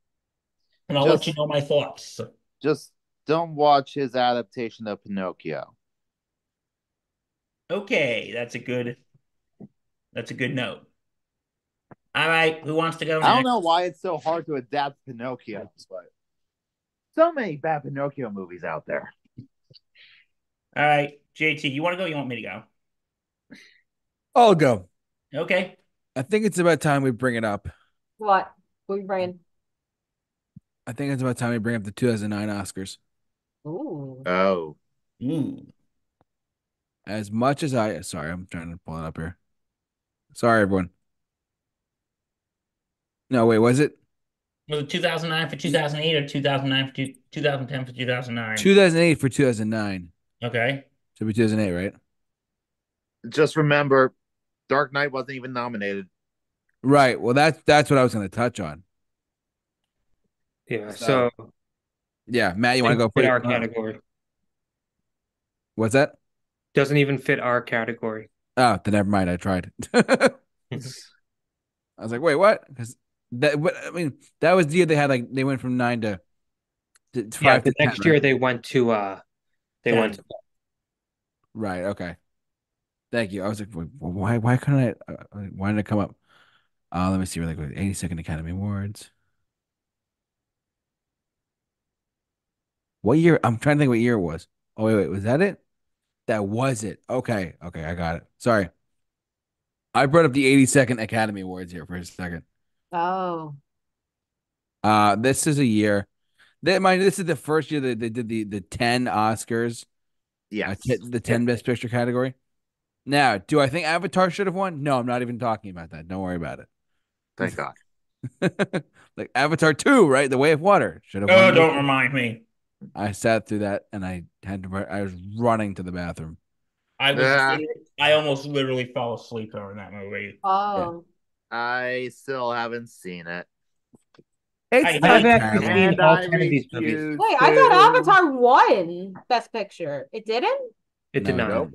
And I'll let Just- you know my thoughts. Just don't watch his adaptation of Pinocchio. Okay, that's a good that's a good note. All right, who wants to go I don't next? know why it's so hard to adapt Pinocchio, but so many bad Pinocchio movies out there. All right, JT, you want to go? Or you want me to go? I'll go. Okay. I think it's about time we bring it up. What? We ran. I think it's about time we bring up the 2009 Oscars. Ooh. Oh. Ooh. As much as I, sorry, I'm trying to pull it up here. Sorry, everyone. No, wait, was it Was it 2009 for 2008 or 2009 for two, 2010 for 2009? 2008 for 2009? Okay. Should be 2008, right? Just remember, Dark Knight wasn't even nominated. Right. Well, that's that's what I was going to touch on. Yeah. So, So- Yeah, Matt, you want to go put fit it? our uh, category. What's that? Doesn't even fit our category. Oh, then never mind. I tried. I was like, wait, what? Because that, what I mean, that was the year they had like they went from nine to, to to Yeah, five. the to next 10, year right? they went to uh they Yeah. went to Right. Okay. Thank you. I was like, "Wh- wh- why? Why couldn't I? Uh, uh, why didn't it come up? Uh, let me see really quick. 82nd Academy Awards. What year? I'm trying to think what year it was. Oh wait, wait, was that it? That was it. Okay, okay, I got it. Sorry, I brought up the 82nd Academy Awards here for a second. Oh. Uh, this is a year that mind. This is the first year that they did the the 10 Oscars. Yes. uh, t- the 10 best picture category. Now, do I think Avatar should have won? No, I'm not even talking about that. Don't worry about Thank God. it. like Avatar 2, right? The Way of Water should have Oh, won. don't remind me. I sat through that and I had to run- I was running to the bathroom. I was Yeah. I almost literally fell asleep during that movie. Oh. I still haven't seen it. I- It's I've not actually terrible. seen And all I ten of these movies. refuse Wait, I to- thought Avatar won Best Picture. It didn't? It did No, not. no.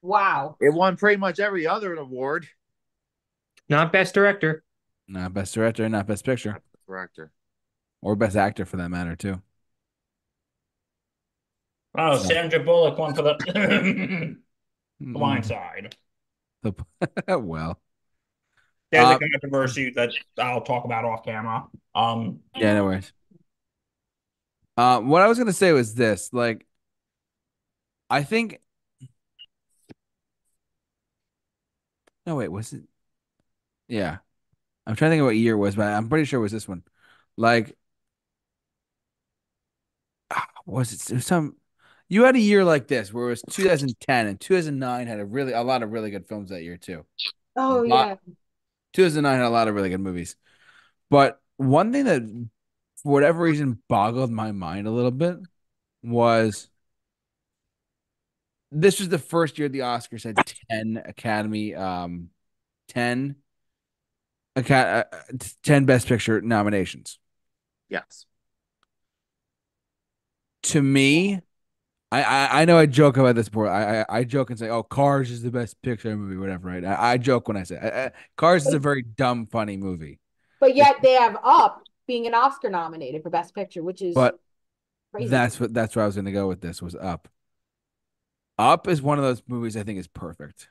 Wow. It won pretty much every other award. Not best director. Not best director, not best picture, Director. or best actor for that matter, too. Oh, So- Sandra Bullock won for the blind side. Mm, The- well, There's Uh, a controversy that I'll talk about off camera. Um, Yeah, no worries. Uh, what I was gonna say was this: like, I think. No, wait, was it? Yeah, I'm trying to think of what year it was, but I'm pretty sure it was this one. Like, ah, was it s- some? You had a year like this where it was 2010 and 2009 had a really a lot of really good films that year too. Oh Lot- yeah. 2009 had a lot of really good movies. But one thing that, for whatever reason, boggled my mind a little bit was this was the first year the Oscars had 10 Academy, um, 10, Aca- uh, uh, 10 Best Picture nominations. Yes. To me, I, I, I know I joke about this before. I, I I joke and say, "Oh, Cars is the best picture movie, whatever." Right? I, I joke when I say, I, I- "Cars is a very dumb, funny movie." But yet they have Up being an Oscar nominated for Best Picture, which is But crazy. That's what that's where I was gonna go with this was Up. Up is one of those movies I think is perfect.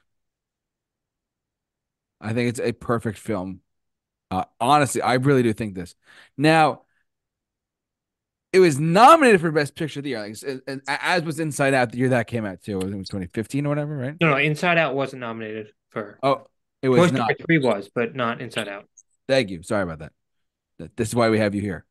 I think it's a perfect film. Uh, honestly, I really do think this. Now, it was nominated for Best Picture of the year, like, as- as- as was Inside Out the year that came out too. I think it was 2015 or whatever, right? No, no, Inside Out wasn't nominated for. Oh, it Toy was Story not. 3 was, but not Inside Out. Thank you. Sorry about that. Th- This is why we have you here.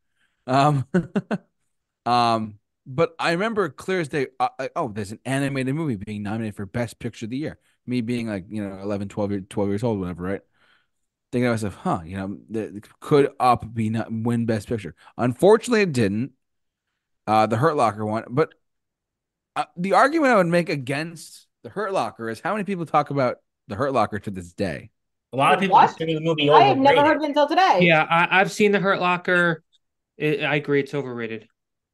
Um, um, but I remember clear as day. Uh, uh, oh, there's an animated movie being nominated for Best Picture of the Year. Me being like, you know, 11, 12, year, 12 years old, whatever, right? Thinking to myself, huh, you know, th- could Up be not win Best Picture? Unfortunately, it didn't. Uh, the Hurt Locker one, but uh, the argument I would make against the Hurt Locker is how many people talk about the Hurt Locker to this day. A lot of people What? consider the movie I have never overrated. heard of it until today. Yeah, I, I've seen The Hurt Locker. It, I agree, it's overrated.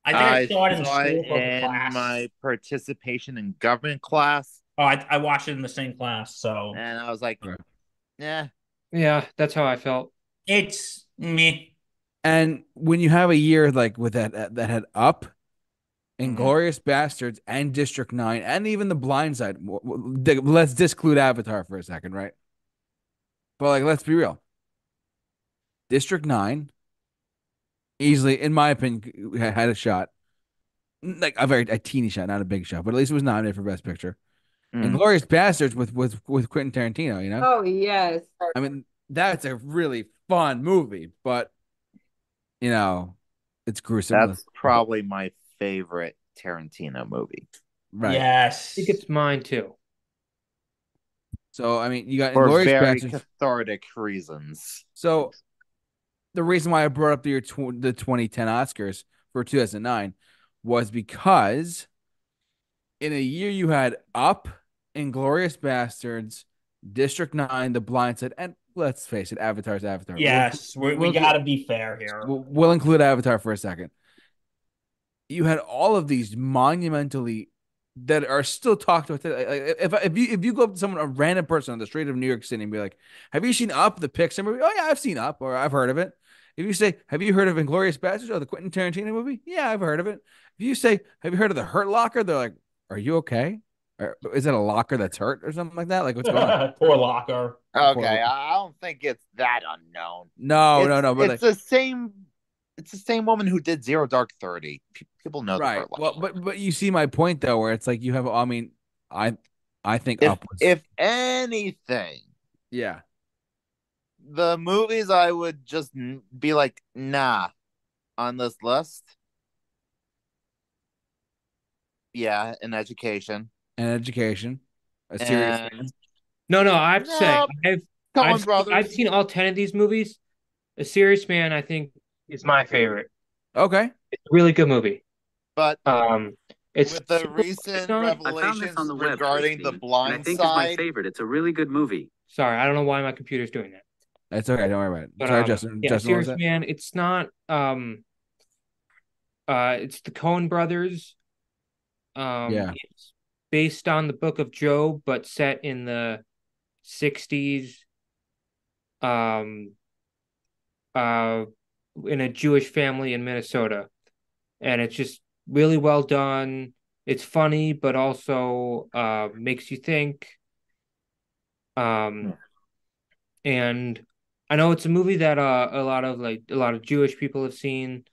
I think I, saw it in saw school or in class. my participation in government class, Oh, I, I watched it in the same class, so and I was like, "Eh, Right. "Yeah, Yeah, that's how I felt. it's me. And when you have a year like with that that, that had up, Inglorious Bastards, and District Nine, and even The Blind Side, w- w- d- let's disclude Avatar for a second, right? But like, let's be real. District Nine, easily, in my opinion, ha- had a shot, like a very a teeny shot, not a big shot, but at least it was nominated for Best Picture. Mm. Inglorious Bastards with with with Quentin Tarantino, you know. Oh yes. I mean, that's a really fun movie, but you know, it's gruesome. that's probably my favorite Tarantino movie." right. I Yes. think it's mine too. So I mean, you got For Inglorious very Bastards. cathartic reasons. So the reason why I brought up the year tw- the 2010 Oscars for 2009 was because in a year you had Up, Inglorious Bastards, District Nine, The Blind Side, and let's face it, Avatar's Avatar. We'll- Yes, we, we we'll- got to be fair here. We'll, we'll include Avatar for a second. You had all of these monumentally that are still talked about today. Like, If if you if you go up to someone, a random person on the street of New York City, and be like, "Have you seen Up, the Pixar movie?" Oh yeah, I've seen Up, or I've heard of it. If you say, "Have you heard of Inglorious Bastards?" or the Quentin Tarantino movie? Yeah, I've heard of it. If you say, "Have you heard of the Hurt Locker?" They're like, "Are you okay? Or is it a locker that's hurt or something like that? Like what's going on?" Poor Locker. Okay, I I don't think it's that unknown. No, it's, Oh, no, no. But like, it's the same. It's the same woman who did Zero Dark Thirty. P- people know right. that. Well, but but you see my point though, where it's like you have. I mean, I I think if, up was if anything, yeah the movies I would just n- be like, nah, on this list. Yeah, in education, an education, a serious and No, no, I've No, said I've Coen I've, Brothers. I've seen all 10 of these movies. A Serious Man, I think, is my favorite. okay. It's a really good movie. but Um, it's with the super- recent on- I found I found this revelations on the web, regarding Christine, the and I Blind think it's my Side, favorite. It's a really good movie. sorry, I don't know why my computer's doing that. That's okay. Don't worry about it. But, Sorry, um, Justin. Yeah, Justin, what was Serious that? Man, it's not um uh it's the Coen brothers. Um Yeah. it's based on the book of Job, but set in the sixties. Um uh in a Jewish family in Minnesota. And it's just really well done. It's funny, but also uh makes you think. Um and I know it's a movie that uh, a lot of like a lot of Jewish people have seen.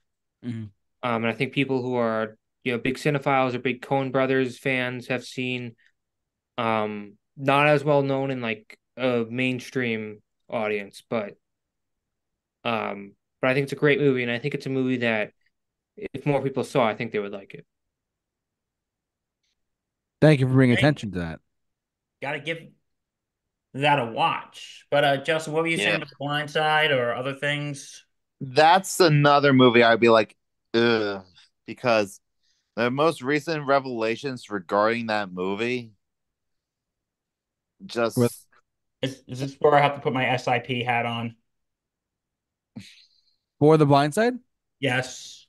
Mhm. Um, and I think people who are you know big cinephiles or big Coen Brothers fans have seen. Um, not as well known in like a mainstream audience, but um, but I think it's a great movie, and I think it's a movie that if more people saw, I think they would like it. Thank you for bringing Thank- attention to that. Gotta give that a watch. But uh Justin, what were you Yeah. saying about the blind side or other things? That's another movie I'd be like, ugh, because the most recent revelations regarding that movie just With- Is, is this where I have to put my SIP hat on? For the blind side? Yes.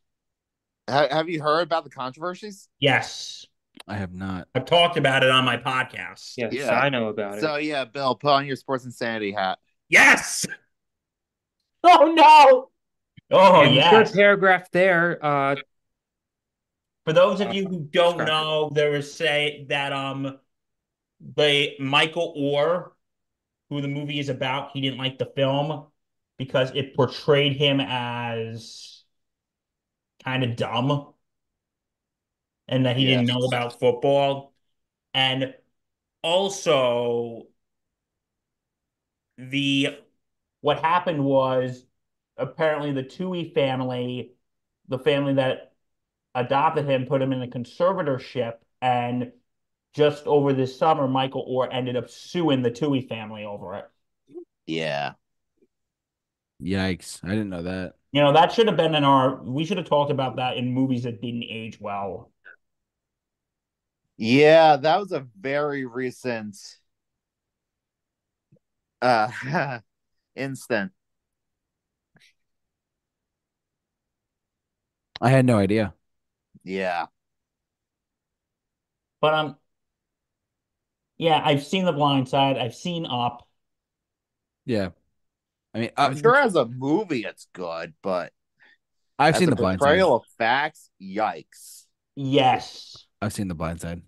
ha- have you heard about the controversies? Yes. I have not. I've talked about it on my podcast. Yes, Yeah. I know about So it. yeah, Bill, put on your sports insanity hat. Yes. Oh no! Oh And yes. Good paragraph there. Uh, For those of you who don't Scratch it. know, there is say that um the Michael Orr, who the movie is about, he didn't like the film because it portrayed him as kind of dumb and that he didn't know about football. And also the what happened was apparently the Tui family, the family that adopted him, put him in a conservatorship. And just over this summer, Michael Orr ended up suing the Tui family over it. Yeah. Yikes. I didn't know that. You know, that should have been in our, we should have talked about that in movies that didn't age well. Yeah, that was a very recent uh instant. I had no idea. Yeah. But um, yeah, I've seen The Blind Side. I've seen Up. Yeah. I mean, I'm I, sure as a movie it's good, but I've as seen a the blind side. portrayal of facts, yikes. Yes. I've seen the blind side.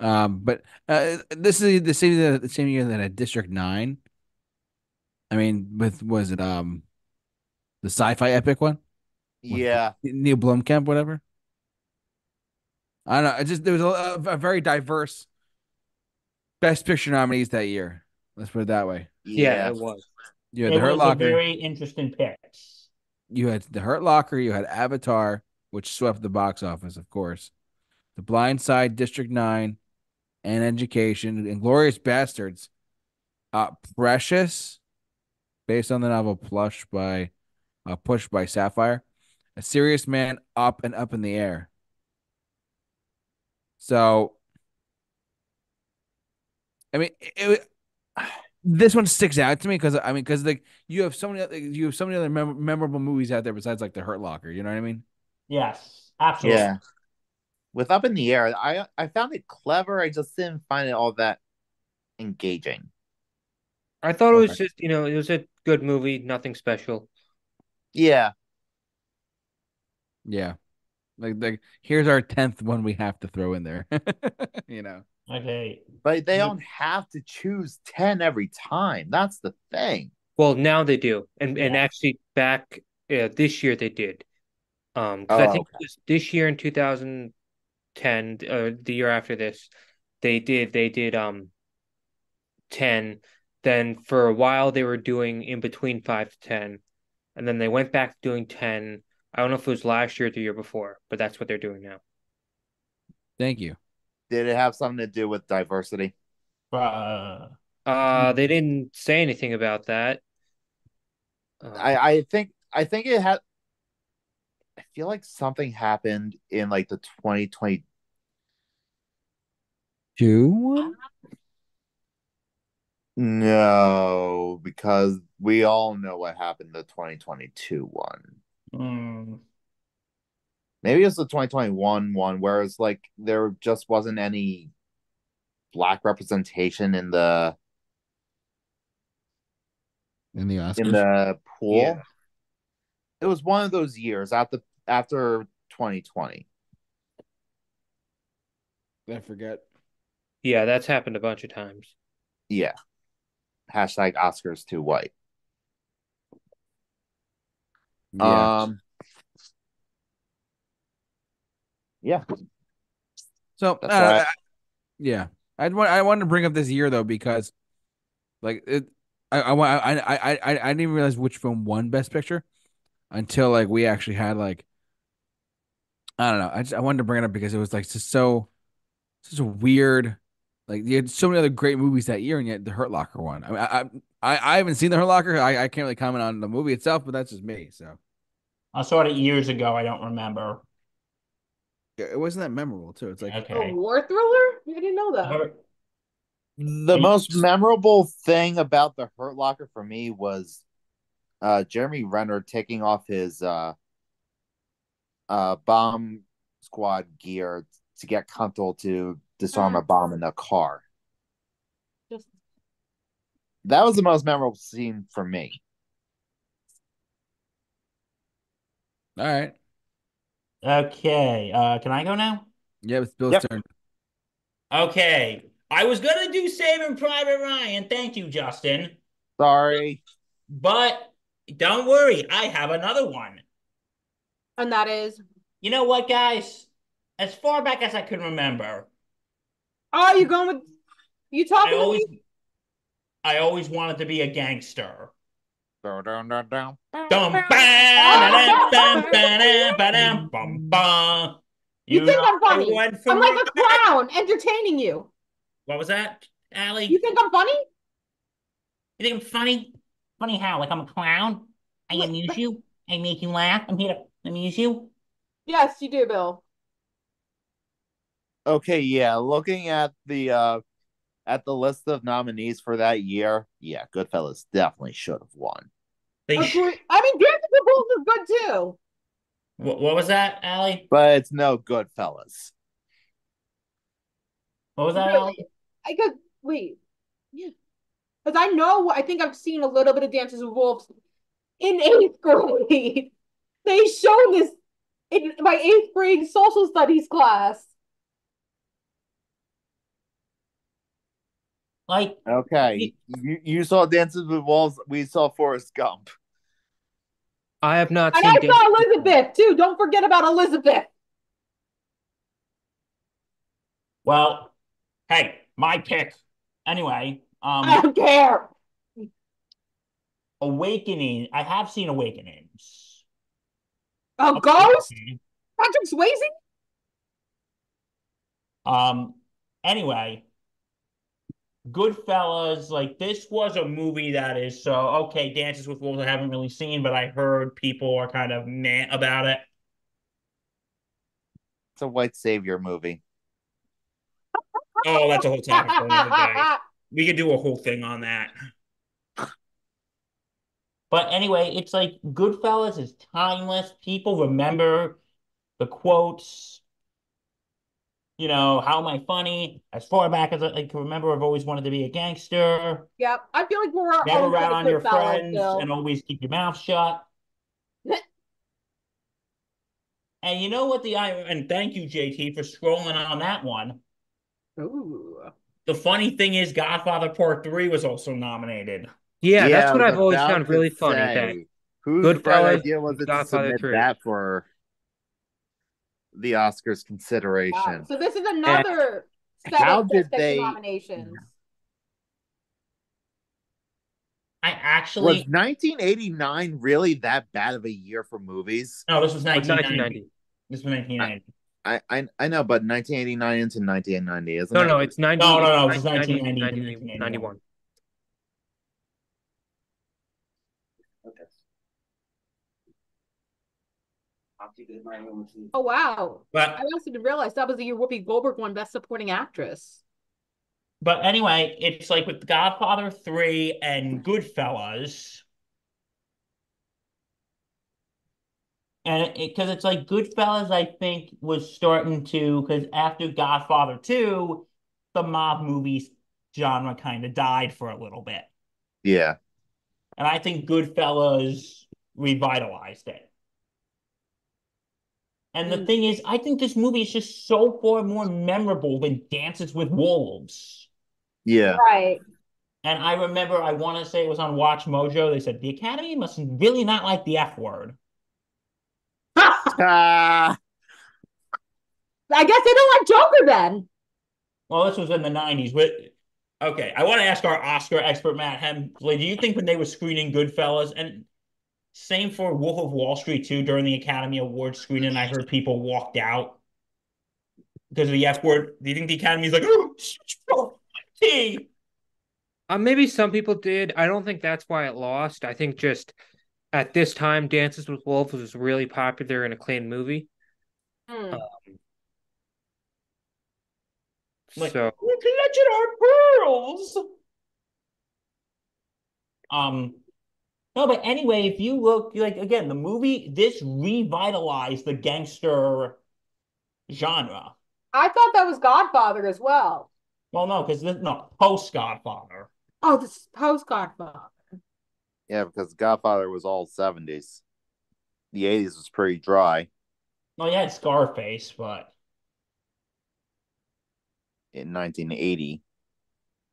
Um, but uh, this is the same year, the same year that at District Nine. I mean, with was it um, the sci-fi epic one? With Yeah. Neil Blomkamp, whatever. I don't know. It just there was a, a, a very diverse Best Picture nominees that year. Let's put it that way. yeah, it was. You had It the Hurt was a Locker. very interesting picks. You had the Hurt Locker. You had Avatar, which swept the box office, of course. The Blind Side, District Nine, and Education, Inglorious Bastards. Uh, Precious, based on the novel Plush by uh, Push by Sapphire. A Serious Man, Up and Up in the Air. So, I mean, it, it, this one sticks out to me because I mean, because like you have so many other, you have so many other mem- memorable movies out there besides like The Hurt Locker. You know what I mean? Yes, absolutely. Yeah. With up in the air, I I found it clever. I just didn't find it all that engaging. I thought it was Okay. just, you know, it was a good movie, nothing special. Yeah. Yeah. Like like here's our tenth one we have to throw in there. you know. Okay. But they Mm-hmm. Yeah. don't have to choose 10 every time. That's the thing. Well, now they do, and and Yeah. actually back uh, this year they did. Um, 'cause I Oh, think it was this year in 2010, uh, the year after this, they did they did um 10. Then for a while they were doing in between five to 10, and then they went back to doing 10. I don't know if it was last year or the year before, but that's what they're doing now. Thank you. Did it have something to do with diversity? Uh, Uh, they didn't say anything about that. Uh, I, I think I think it had I feel like something happened in like the 2020 Two one? no because we all know what happened the 2022 one. mm, Maybe it's the 2021 one where it's like there just wasn't any black representation in the In the Oscars. in the pool. Yeah. It was one of those years after after 2020. I forget. yeah, that's happened a bunch of times. Yeah. Hashtag Oscars too white. Yeah. Um Yeah. so that's I don't know, why- I- yeah. I'd want I wanted to bring up this year though because like it I I wa- I I I, I didn't even realize which film won Best Picture until like we actually had like I don't know. I just I wanted to bring it up because it was like just so such a weird like you had so many other great movies that year and yet the Hurt Locker one. I mean, I I, I haven't seen the Hurt Locker. I, I can't really comment on the movie itself, but that's just me. So I saw it years ago. I don't remember. Yeah, it wasn't that memorable too. It's like Okay. A war thriller? I didn't know that. The Mm. most memorable thing about the Hurt Locker for me was uh, Jeremy Renner taking off his uh, uh, bomb squad gear to get comfortable to disarm a bomb in a car. Just That was the most memorable scene for me. all right. Okay. Uh, can I go now? Yeah, it's Bill's Yep. turn. Okay. I was gonna do Saving Private Ryan. Thank you, Justin. Sorry. But don't worry, I have another one. and that is You know what, guys? As far back as I can remember, Oh, you're going with you I talking to always me? I always wanted to be a gangster. Dun, dun, dun, dun. Dum, ba, da, dum, ba, da, ba, dum, bum, ba. You think I'm know funny. one for I'm me. like a clown entertaining you. What was that, Allie? You think I'm funny? You think I'm funny? Funny how? Like I'm a clown? I Wait, amuse but- you? I make you laugh? I'm here to amuse you? Yes, you do, Bill. Okay, yeah. Looking at the uh, at the list of nominees for that year, yeah, Goodfellas definitely should have won. They sh- Agree- I mean, Dances with Wolves is good too. what, what was that, Allie? But it's no Goodfellas. What was that, Really? Allie? I could wait. Yeah. Because I know, I think I've seen a little bit of Dances with Wolves in eighth grade. they showed this in my eighth grade social studies class. Like, Okay, you, you saw Dances with Wolves. We saw Forrest Gump. I have not And seen I Dances saw with Wolves. Elizabeth too. Don't forget about Elizabeth. well, hey, my pick. Anyway, I um, don't care. Awakening. I have seen Awakenings. A ghost? Patrick Swayze? Um, anyway, Goodfellas, like this was a movie that is so okay. Dances with Wolves, I haven't really seen, but I heard people are kind of meh about it. It's a white savior movie. Oh, that's a whole topic for another day. We could do a whole thing on that. But anyway, it's like Goodfellas is timeless. People remember the quotes. You know, how am I funny? As far back as I I can remember, I've always wanted to be a gangster. Yep. I feel like we're Never all rat good on your fellas, friends Bill. and always keep your mouth shut. And you know what the ir- and thank you, JT, for scrolling on that one. Ooh. The funny thing is Godfather Part 3 was also nominated. Yeah, that's what I I've was always about found to really funny. say. That Whose Goodfellas, bright idea was it to Godfather submit three. that for the Oscars Wow. consideration? So this is another set how of did Best Picture they- nominations. I Was actually 1989 really that bad of a year for movies? no, this was was 1990. 1990. This was 1990. I I, I know, but 1989 into 1990 isn't No, it? no, it's 90. No, no, no, it's it's 1990, 1990, 91. Oh wow. I But also didn't realize that was the year Whoopi Goldberg won Best Supporting Actress. but anyway, it's like with Godfather 3 and Goodfellas. And because it's like Goodfellas, I think, was starting to, because after Godfather 2, the mob movies genre kind of died for a little bit. Yeah. And I think Goodfellas revitalized it. And the Mm. thing is, I think this movie is just so far more memorable than Dances with Wolves. Yeah. Right. And I remember, I want to say it was on Watch Mojo. They said the Academy must really not like the F word. Ah, I guess they don't like Joker then. Well, this was in the '90s. With okay, I want to ask our Oscar expert Matt Hemsley. Do you think when they were screening Goodfellas, and Same for Wolf of Wall Street too. During the Academy Awards screening, I heard people walked out because of the F word. Do you think the Academy's like, oh, shut your tea? Uh, maybe some people did. I don't think that's why it lost. I think just at this time, Dances with Wolves was really popular and acclaimed movie. Hmm. Like- so We collected our pearls. Um, no, but anyway, if you look, like again, the movie this revitalized the gangster genre. I thought that was Godfather as well. Well, no, because this no post Godfather. Oh, this is post Godfather. Yeah, because Godfather was all 70s. The 80s was pretty dry. No, yeah, it's Scarface, but in 1980.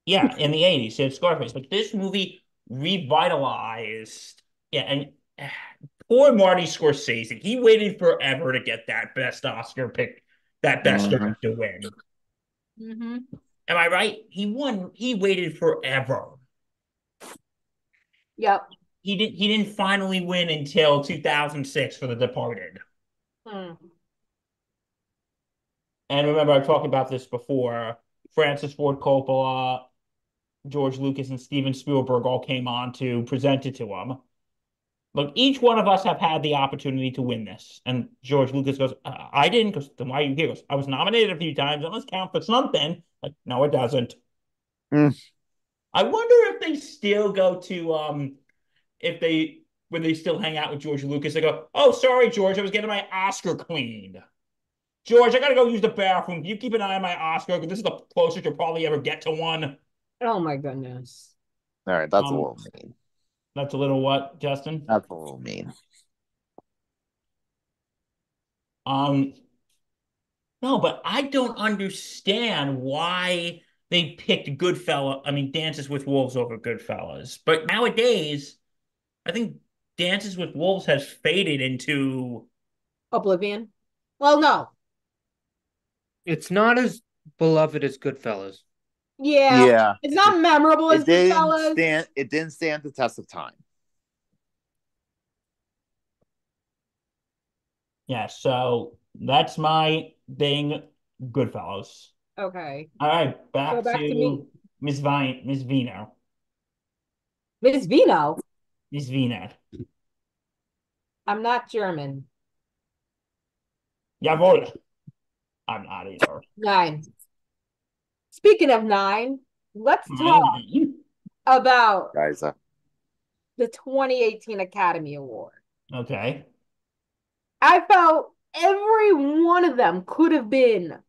yeah, in the eighties, it's Scarface. But this movie revitalized. Yeah, and eh, poor Marty Scorsese, he waited forever to get that best Oscar pick, that best Mhm. director win. Mm-hmm. Am I right? He won. He waited forever. Yep. He didn't. He didn't finally win until 2006 for The Departed. Hmm. And remember, I talked about this before. Francis Ford Coppola, George Lucas, and Steven Spielberg all came on to present it to him. Look, each one of us have had the opportunity to win this. And George Lucas goes, "Uh, I didn't. Goes, then why are you here? Goes, I was nominated a few times. That must count for something. Like, no, it doesn't. Mm. I wonder if they still go to, um, if they, when they still hang out with George Lucas, they go, oh, sorry, George, I was getting my Oscar cleaned. George, I gotta go use the bathroom. Can you keep an eye on my Oscar? Because this is the closest you'll probably ever get to one. Oh my goodness. All right, that's Um, a little mean. That's a little what, Justin? That's a little mean. Um, no, but I don't understand why they picked Goodfellas. I mean, Dances with Wolves over Goodfellas. But nowadays, I think Dances with Wolves has faded into. Oblivion. Well, no. it's not as beloved as Goodfellas. Yeah. Yeah, It's not memorable as it didn't Goodfellas. stand. It didn't stand the test of time. Yeah, so that's my thing, Goodfellas. Okay. All right, back Go back to to me. Miss Vine, Miss Vino, Miss Vino. Miss Vino. I'm not German. Jawohl. I'm not either. Nine. Speaking of nine, let's Mm-hmm. talk Mine. about Guys, uh, the 2018 Academy Award. Okay. I felt every one of them could have been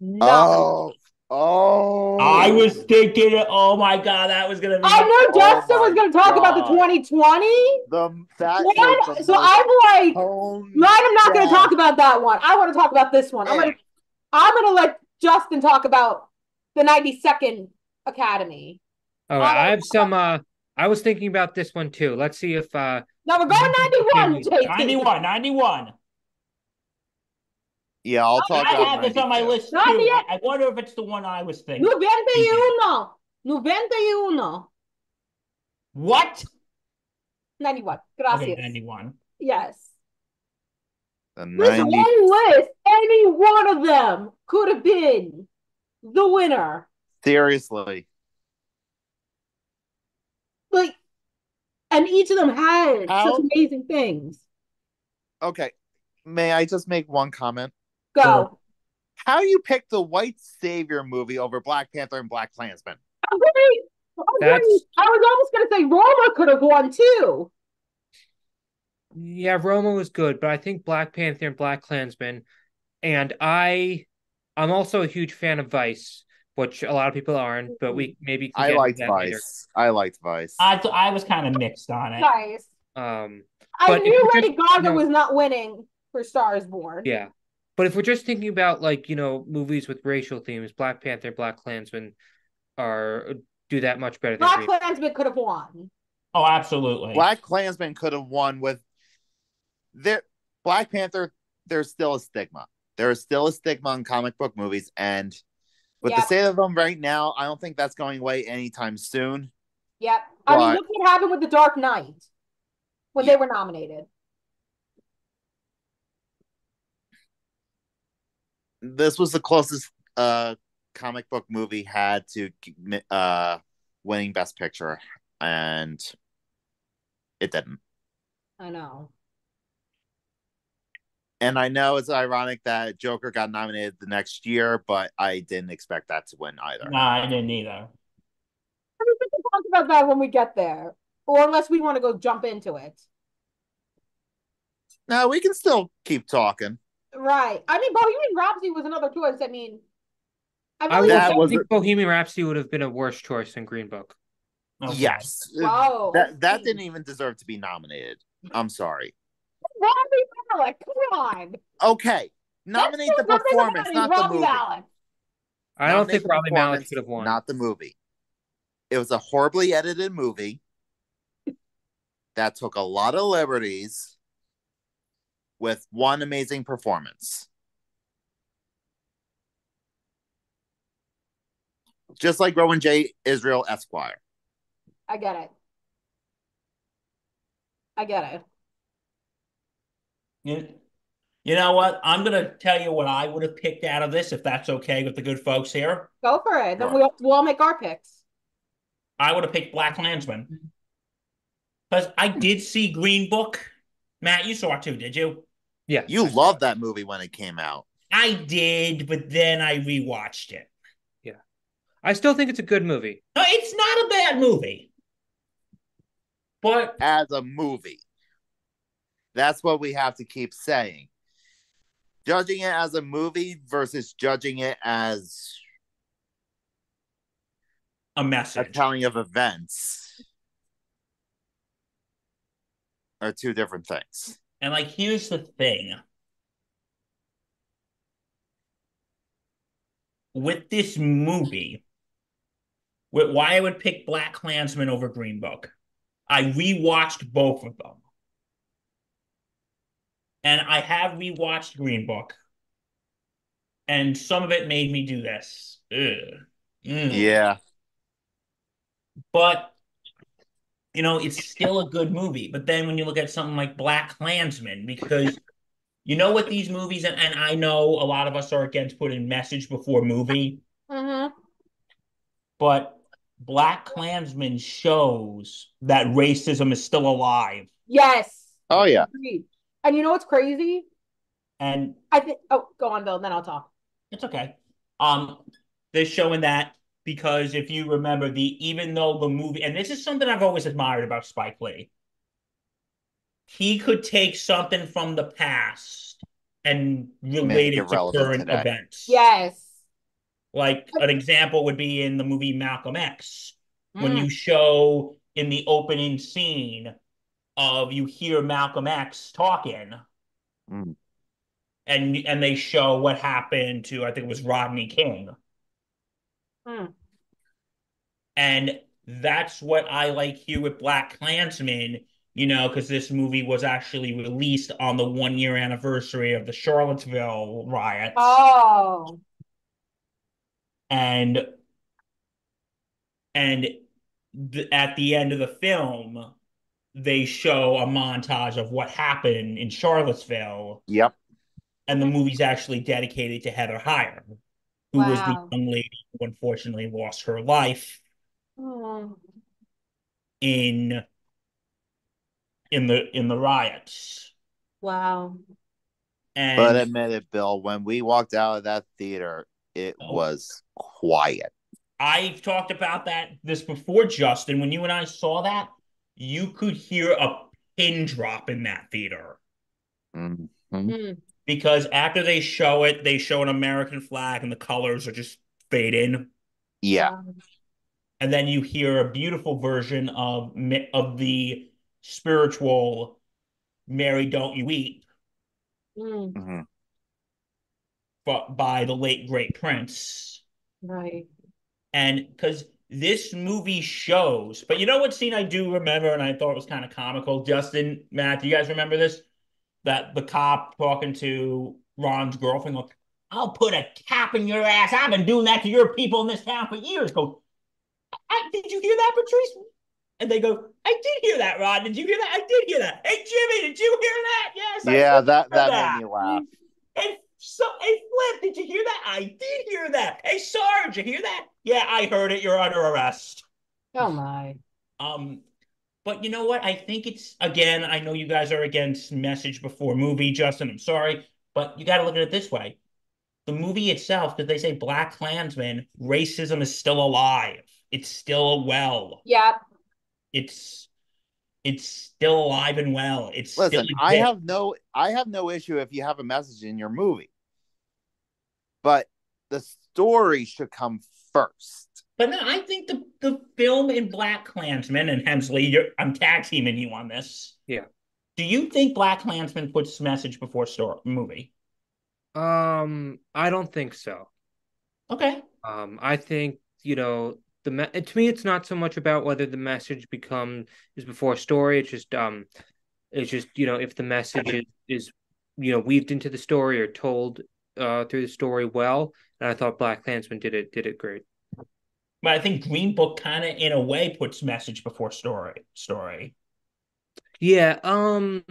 nominated. oh, oh, I was thinking, oh my God, that was going to be. I know Oh Justin was my going to talk about the God. 2020 the that one, is so the most I'm like, honed Ryan, I'm not going down. to talk about that one. I want to talk about this one. I'm going to I'm going to let Justin talk about the 92nd Academy. All right, Oh, I have some. Uh, I was thinking about this one too. Let's see if uh, Now we're going 91, JT. 91, 91. Yeah, I'll talk I about have this on my 92. list too. Not yet. I wonder if it's the one I was thinking. 91. 91. What? 91. Okay, Gracias. 91. Yes. The This 90, one list, any one of them could have been the winner. seriously, Like, and each of them had How? such amazing things. okay. May I just make one comment? Go. Sure. How you pick the White Savior movie over Black Panther and Black Klansman? Agreed. Agreed. That's- I was almost going to say Roma could have won too. yeah, Roma was good, but I think Black Panther and Black Klansman, and I, I'm also a huge fan of Vice, which a lot of people aren't, but we maybe Mm-hmm. I can get into liked that later. Vice. I liked Vice. I, th- I was kind of mixed on it. Nice. Um, I But if knew you Lady just- Gaga no. was not winning for Stars Born. yeah, but if we're just thinking about like you know movies with racial themes, Black Panther, Black Klansman are do that much better than Black Green Klansman could have won. Oh, absolutely. Black Klansman could have won with their Black Panther. There's still a stigma. There is still a stigma in comic book movies, and with Yeah. the state of them right now, I don't think that's going away anytime soon. Yep. I mean, Why? look what happened with The Dark Knight. when they were nominated. This was the closest uh, comic book movie had to uh, winning Best Picture, and it didn't. I know. And I know it's ironic that Joker got nominated the next year, but I didn't expect that to win either. Nah, I didn't either. I mean, we can talk about that when we get there, or unless we want to go jump into it. No, we can still keep talking. Right. I mean, Bohemian Rhapsody was another choice. I mean, I I really would That I was think a- Bohemian Rhapsody would have been a worse choice than Green Book. Okay. Yes, Wow. that that didn't even deserve to be nominated. I'm sorry. Robbie Malik. Come on. Okay, nominate the That's who's performance, nominated, not the Rami movie. Malek. I don't Nominate think the Rami Malek performance, should have won. Not the movie. It was a horribly edited movie that took a lot of liberties with one amazing performance. Just like Rowan J. Israel Esquire. I get it. I get it. You, you know what? I'm gonna tell you what I would have picked out of this, if that's okay with the good folks here. Go for it. Then Sure. we'll, we'll all make our picks. I would have picked Black Klansman because I did see Green Book. Matt, you saw it too, did you? yeah, You loved that movie when it came out. I did, but then I rewatched it. I still think it's a good movie. No, it's not a bad movie, but As a movie. That's what we have to keep saying. Judging it as a movie versus judging it as a a message. telling of events are two different things. And like, here's the thing. With this movie, with why I would pick Black Klansman over Green Book, I rewatched both of them. And I have rewatched Green Book. And some of it made me do this. Ugh. Mm. Yeah. But you know, it's still a good movie. But then when you look at something like Black Klansman, because you know what these movies and, and I know a lot of us are against putting message before movie, Mm-hmm. but Black Klansman shows that racism is still alive. Yes. Oh yeah. Agreed. And you know what's crazy? And I think. Oh, go on, Bill. Then I'll talk. It's okay. Um, they're showing that because if you remember the even though the movie and this is something I've always admired about Spike Lee. He could take something from the past and relate Make it, to it relevant current today. events. Yes. Like an example would be in the movie Malcolm X when Mm. you show in the opening scene of you hear Malcolm X talking, Mm. and and they show what happened to I think it was Rodney King, Mm. and that's what I like here with Black Klansman. You know, because this movie was actually released on the one year anniversary of the Charlottesville riots, Oh. and and th- at the end of the film. They show a montage of what happened in Charlottesville, Yep. and the movie's actually dedicated to Heather Heyer, who was the Wow. young lady who unfortunately lost her life Mm. in in the in the riots. Wow. And But admit it, Bill, when we walked out of that theater, it Oh. was quiet. I've talked about that this before, Justin. When you and I saw that, you could hear a pin drop in that theater Mm. Mm. because after they show it, they show an American flag and the colors are just fade in. Yeah. Wow. and then you hear a beautiful version of mi- of the spiritual "Mary, Don't You Eat" Mm. Mhm. bu- by the late great Prince, Right. and because this movie shows. But you know what scene I do remember, and I thought it was kind of comical. Justin, Matt, do you guys remember this? That the cop talking to Ron's girlfriend, like, "I'll put a cap in your ass. I've been doing that to your people in this town for years." Go, I, did you hear that, Patrice? and they go, "I did hear that, Rod. Did you hear that? I did hear that. Hey, Jimmy, did you hear that? Yes, I Yeah, that for that that. made me laugh. And so, hey, Flip, did you hear that? I did hear that. Hey, Sarge, you hear that? Yeah, I heard it. You're under arrest. Oh my. Um, but you know what? I think it's again. I know you guys are against message before movie, Justin. I'm sorry, but you got to look at it this way: the movie itself, because they say Black Klansman, racism is still alive. It's still a well. Yeah. It's it's still alive and well. It's still Listen, I exists. have no I have no issue if you have a message in your movie. But the story should come first. But no, I think the, the film in Black Klansman and Hemsley, you're, I'm tag teaming you on this. Yeah. Do you think Black Klansman puts message before story movie? Um, I don't think so. Okay. Um, I think, you know, the me- to me it's not so much about whether the message become is before story, it's just um it's just, you know, if the message is, is you know, weaved into the story or told uh through the story well. And I thought Black Klansman did it did it great. But I think Green Book kind of, in a way, puts message before story. Story. Yeah, um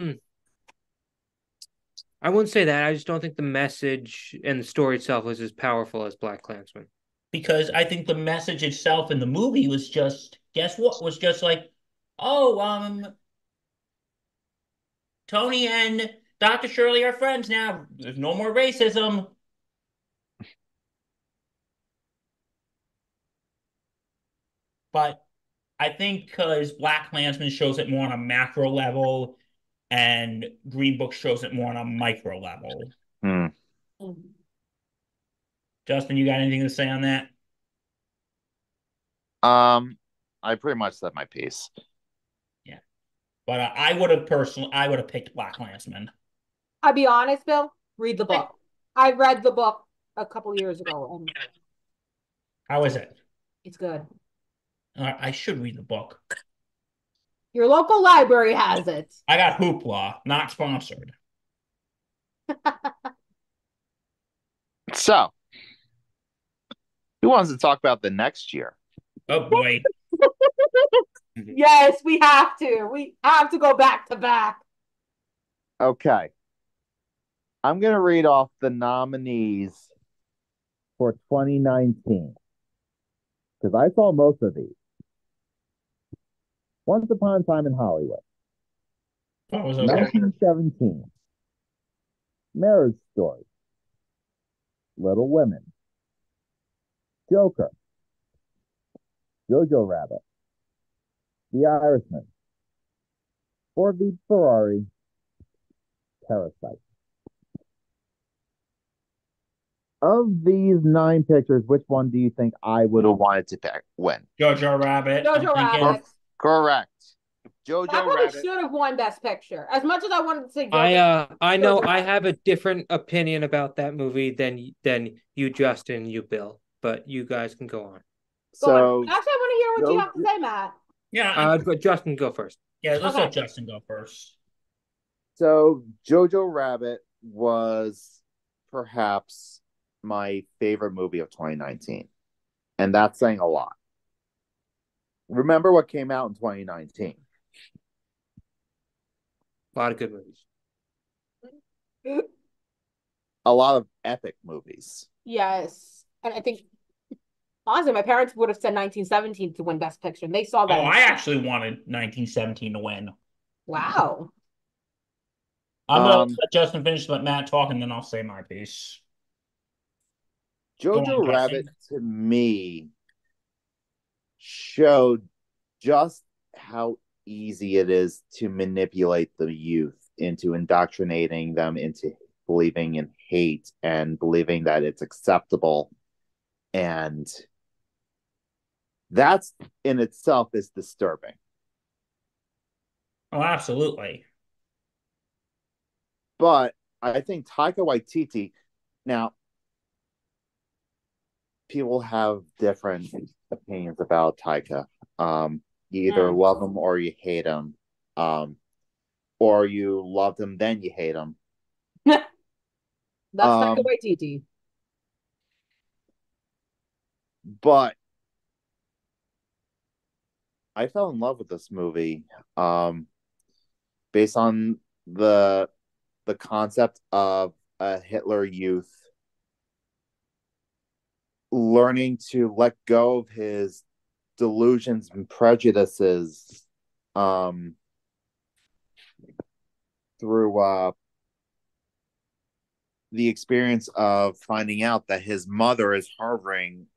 I wouldn't say that. I just don't think the message and the story itself was as powerful as Black Klansman. because I think the message itself in the movie was just guess what was just like, oh um, Tony and Doctor Shirley are friends now. There's no more racism. But I think because Black Klansman shows it more on a macro level, and Green Book shows it more on a micro level. Justin, you got anything to say on that? Um I pretty much said my piece. But uh, I would have personally, I would have picked Black Landsman. I'll be honest, Bill. Read the book. I read the book a couple years ago, and How is it? it's good. Uh, I should read the book. Your local library has it. I got Hoopla, not sponsored. Mm-hmm. So who wants to talk about the next year? Oh boy, Yes, we have to. We have to go back to back. Okay. I'm going to read off the nominees for 2019 because I saw most of these. Once Upon a Time in Hollywood, that was okay. 1917, Marriage Story, Little Women, Joker, Jojo Rabbit, The Irishman, Ford v Ferrari, Parasite. Of these nine pictures, which one do you think I would have wanted to pick? Win. Jojo Rabbit. I'm Jojo thinking- Rabbit. Correct. I Jojo probably should have won Best Picture. As much as I wanted to say, I Joker, uh I know Joker. I have a different opinion about that movie than than you Justin, you Bill, but you guys can go on. go on. So actually, I want to hear what you have to Joker- say, Matt. Yeah, I- Uh but Justin go first. yeah. Let's okay. let Justin go first. So Jojo Rabbit was perhaps my favorite movie of 2019. And that's saying a lot. Remember what came out in 2019. A lot of good movies. A lot of epic movies. Yes, and I think honestly, my parents would have said 1917 to win Best Picture, and they saw Oh, that. I actually wanted 1917 to win. Wow. I'm gonna Um, let Justin finish, let Matt talk, and then I'll say my piece. Go Jojo on, Justin. Rabbit to me showed just how easy it is to manipulate the youth into indoctrinating them into believing in hate and believing that it's acceptable and that's in itself is disturbing Oh, absolutely. but I think Taika Waititi. Now, people have different opinions about Taika. Um, you either Mm. love him or you hate him, um, or you loved him then you hate him. That's Um, not the way, Waititi. But I fell in love with this movie um, based on the the concept of a Hitler youth learning to let go of his delusions and prejudices um, through uh, the experience of finding out that his mother is harboring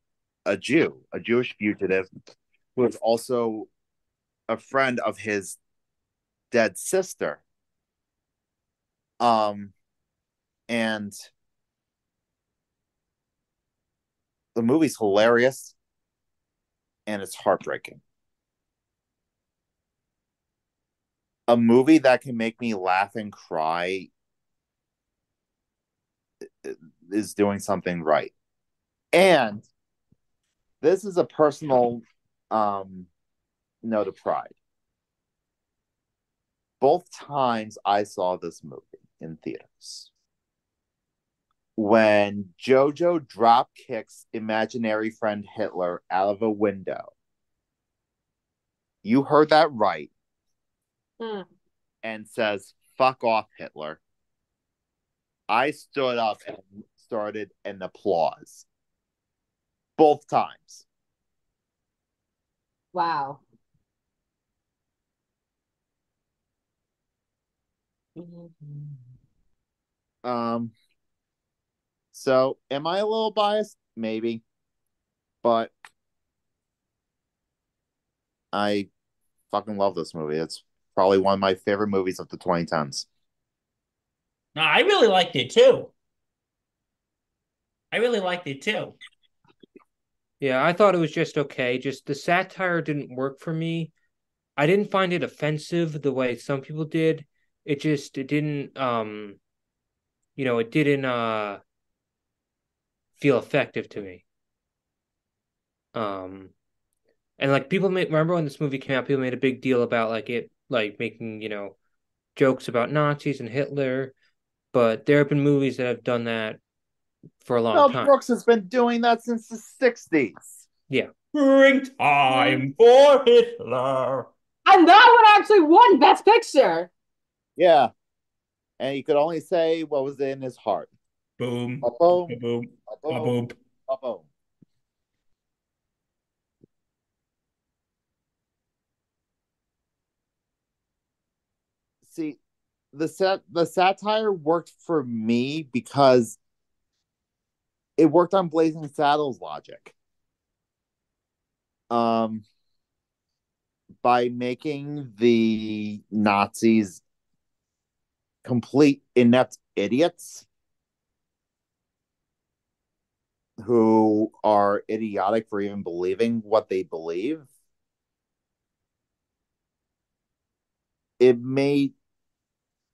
a Jew, a Jewish fugitive, who is also a friend of his dead sister. Um, and the movie's hilarious and it's heartbreaking. A movie that can make me laugh and cry is doing something right. And this is a personal um, note of pride. Both times I saw this movie in theaters, when JoJo drop kicks imaginary friend Hitler out of a window, you heard that right, Mm. and says, fuck off, Hitler. I stood up and started an applause. Both times. Wow. Mm-hmm. Um, so am I a little biased? Maybe, but I fucking love this movie. It's probably one of my favorite movies of the 2010s. No, I really liked it too. I really liked it too. Yeah, I thought it was just okay. Just the satire didn't work for me. I didn't find it offensive the way some people did. It just it didn't um you know, it didn't uh feel effective to me. Um and like people made remember when this movie came out, people made a big deal about like it like making, you know, jokes about Nazis and Hitler, but there have been movies that have done that for a long Mel time. Brooks has been doing that since the 60s. Bring time for Hitler. And that one actually won Best Picture. Yeah. And you could only say what was in his heart. Boom. A boom, Ba Boom. a Ba boom, Boom. a boom. See, the set the satire worked for me because it worked on Blazing Saddles logic. Um by making the Nazis complete inept idiots who are idiotic for even believing what they believe. It made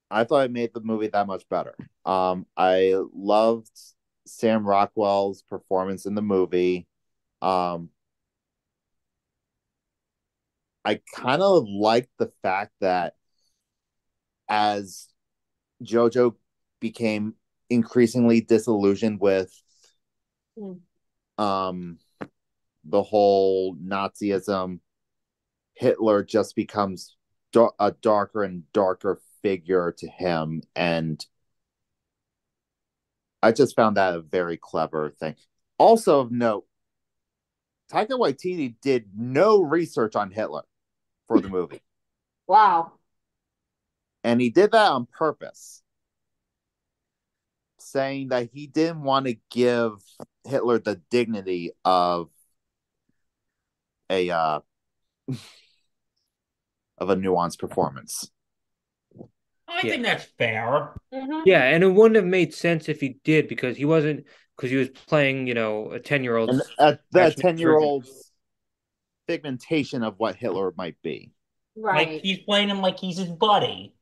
I thought it made the movie that much better. Um, I loved Sam Rockwell's performance in the movie. Um, I kind of liked the fact that as JoJo became increasingly disillusioned with Mm. um the whole nazism hitler just becomes dar- a darker and darker figure to him and i just found that a very clever thing also of note taika waititi did no research on hitler for the movie Wow. and he did that on purpose saying that he didn't want to give hitler the dignity of a uh of a nuanced performance I Yeah. think that's fair. Mhm. Yeah, and it wouldn't have made sense if he did because he wasn't because he was playing, you know, a ten year old. and at the Actually, 10 year old's pigmentation of what hitler might be Like Right. he's playing him like he's his buddy.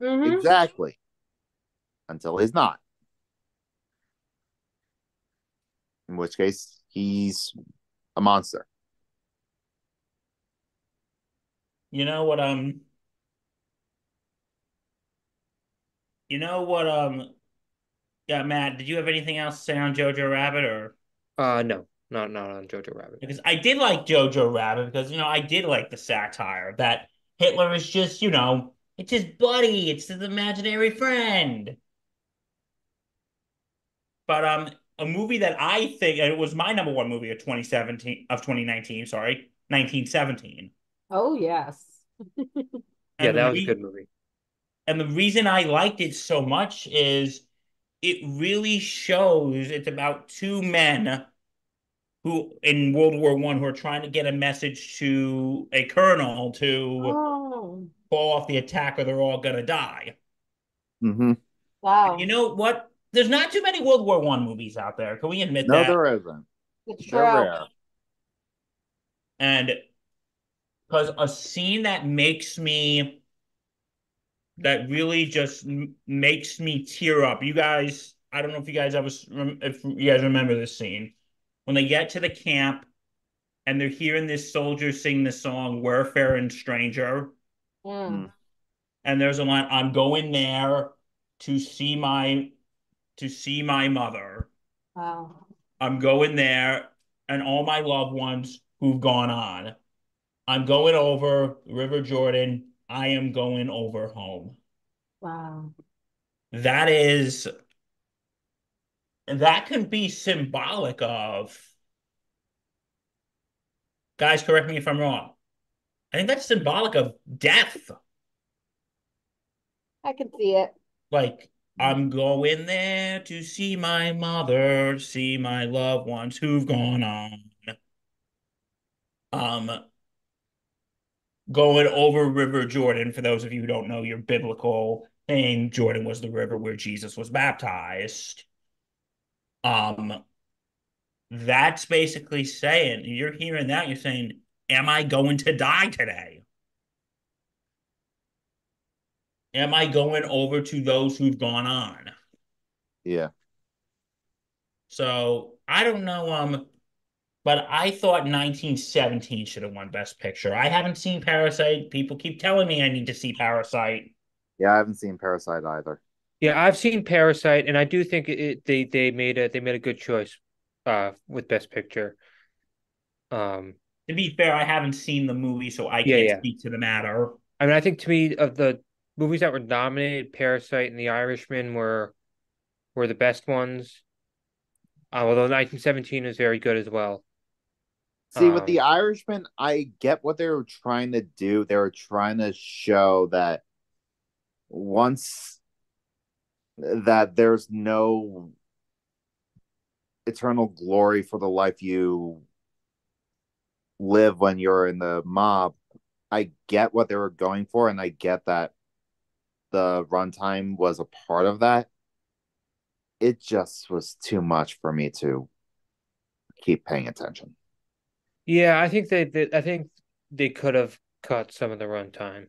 Mm-hmm. Mhm. exactly until he's not in which case he's a monster You know what um You know what um yeah, Matt, did you have anything else to say on Jojo Rabbit or Uh, no, not not on Jojo Rabbit. because I did like Jojo Rabbit because you know I did like the satire that Hitler is just you know it's his buddy, it's his imaginary friend. But um, a movie that I think and it was my number one movie of 2017 of 2019, sorry, 1917. Oh yes. And the yeah, that was a re- good movie. And the reason I liked it so much is it really shows it's about two men who in World War One who are trying to get a message to a colonel to Oh call off the attack or they're all gonna die. Mm-hmm. wow. You know what? There's not too many World War One movies out there. Can we admit No, that? there isn't. it's true. They're rare. And because a scene that makes me, that really just m- makes me tear up. You guys, I don't know if you guys ever, s- rem- if you guys remember this scene. When they get to the camp and they're hearing this soldier sing the song, We're a Fair and Stranger. Mm. and there's a line i'm going there to see my to see my mother Wow. i'm going there and all my loved ones who've gone on i'm going over river jordan i am going over home Wow. that is that can be symbolic of guys correct me if i'm wrong i think that's symbolic of death I can see it. like I'm going there to see my mother, see my loved ones who've gone on. Um, going over River Jordan, for those of you who don't know your biblical thing, Jordan was the river where Jesus was baptized. Um, that's basically saying, you're hearing that, you're saying, Am I going to die today? Am I going over to those who've gone on? Yeah. So I don't know, um, but I thought 1917 should have won Best Picture. I haven't seen Parasite. People keep telling me I need to see Parasite. Yeah, I haven't seen Parasite either. Yeah, I've seen Parasite, and I do think it, they they made a they made a good choice, uh, with Best Picture. Um, To be fair, I haven't seen the movie, so I Yeah, can't yeah. speak to the matter. I mean, I think to me of the movies that were nominated, Parasite and The Irishman were were the best ones. Uh, although 1917 is very good as well. See, with Um, the Irishman, I get what they were trying to do. They were trying to show that once that there's no eternal glory for the life you live when you're in the mob. I get what they were going for, and I get that the runtime was a part of that. It just was too much for me to keep paying attention. Yeah, I think they, they I think they could have cut some of the runtime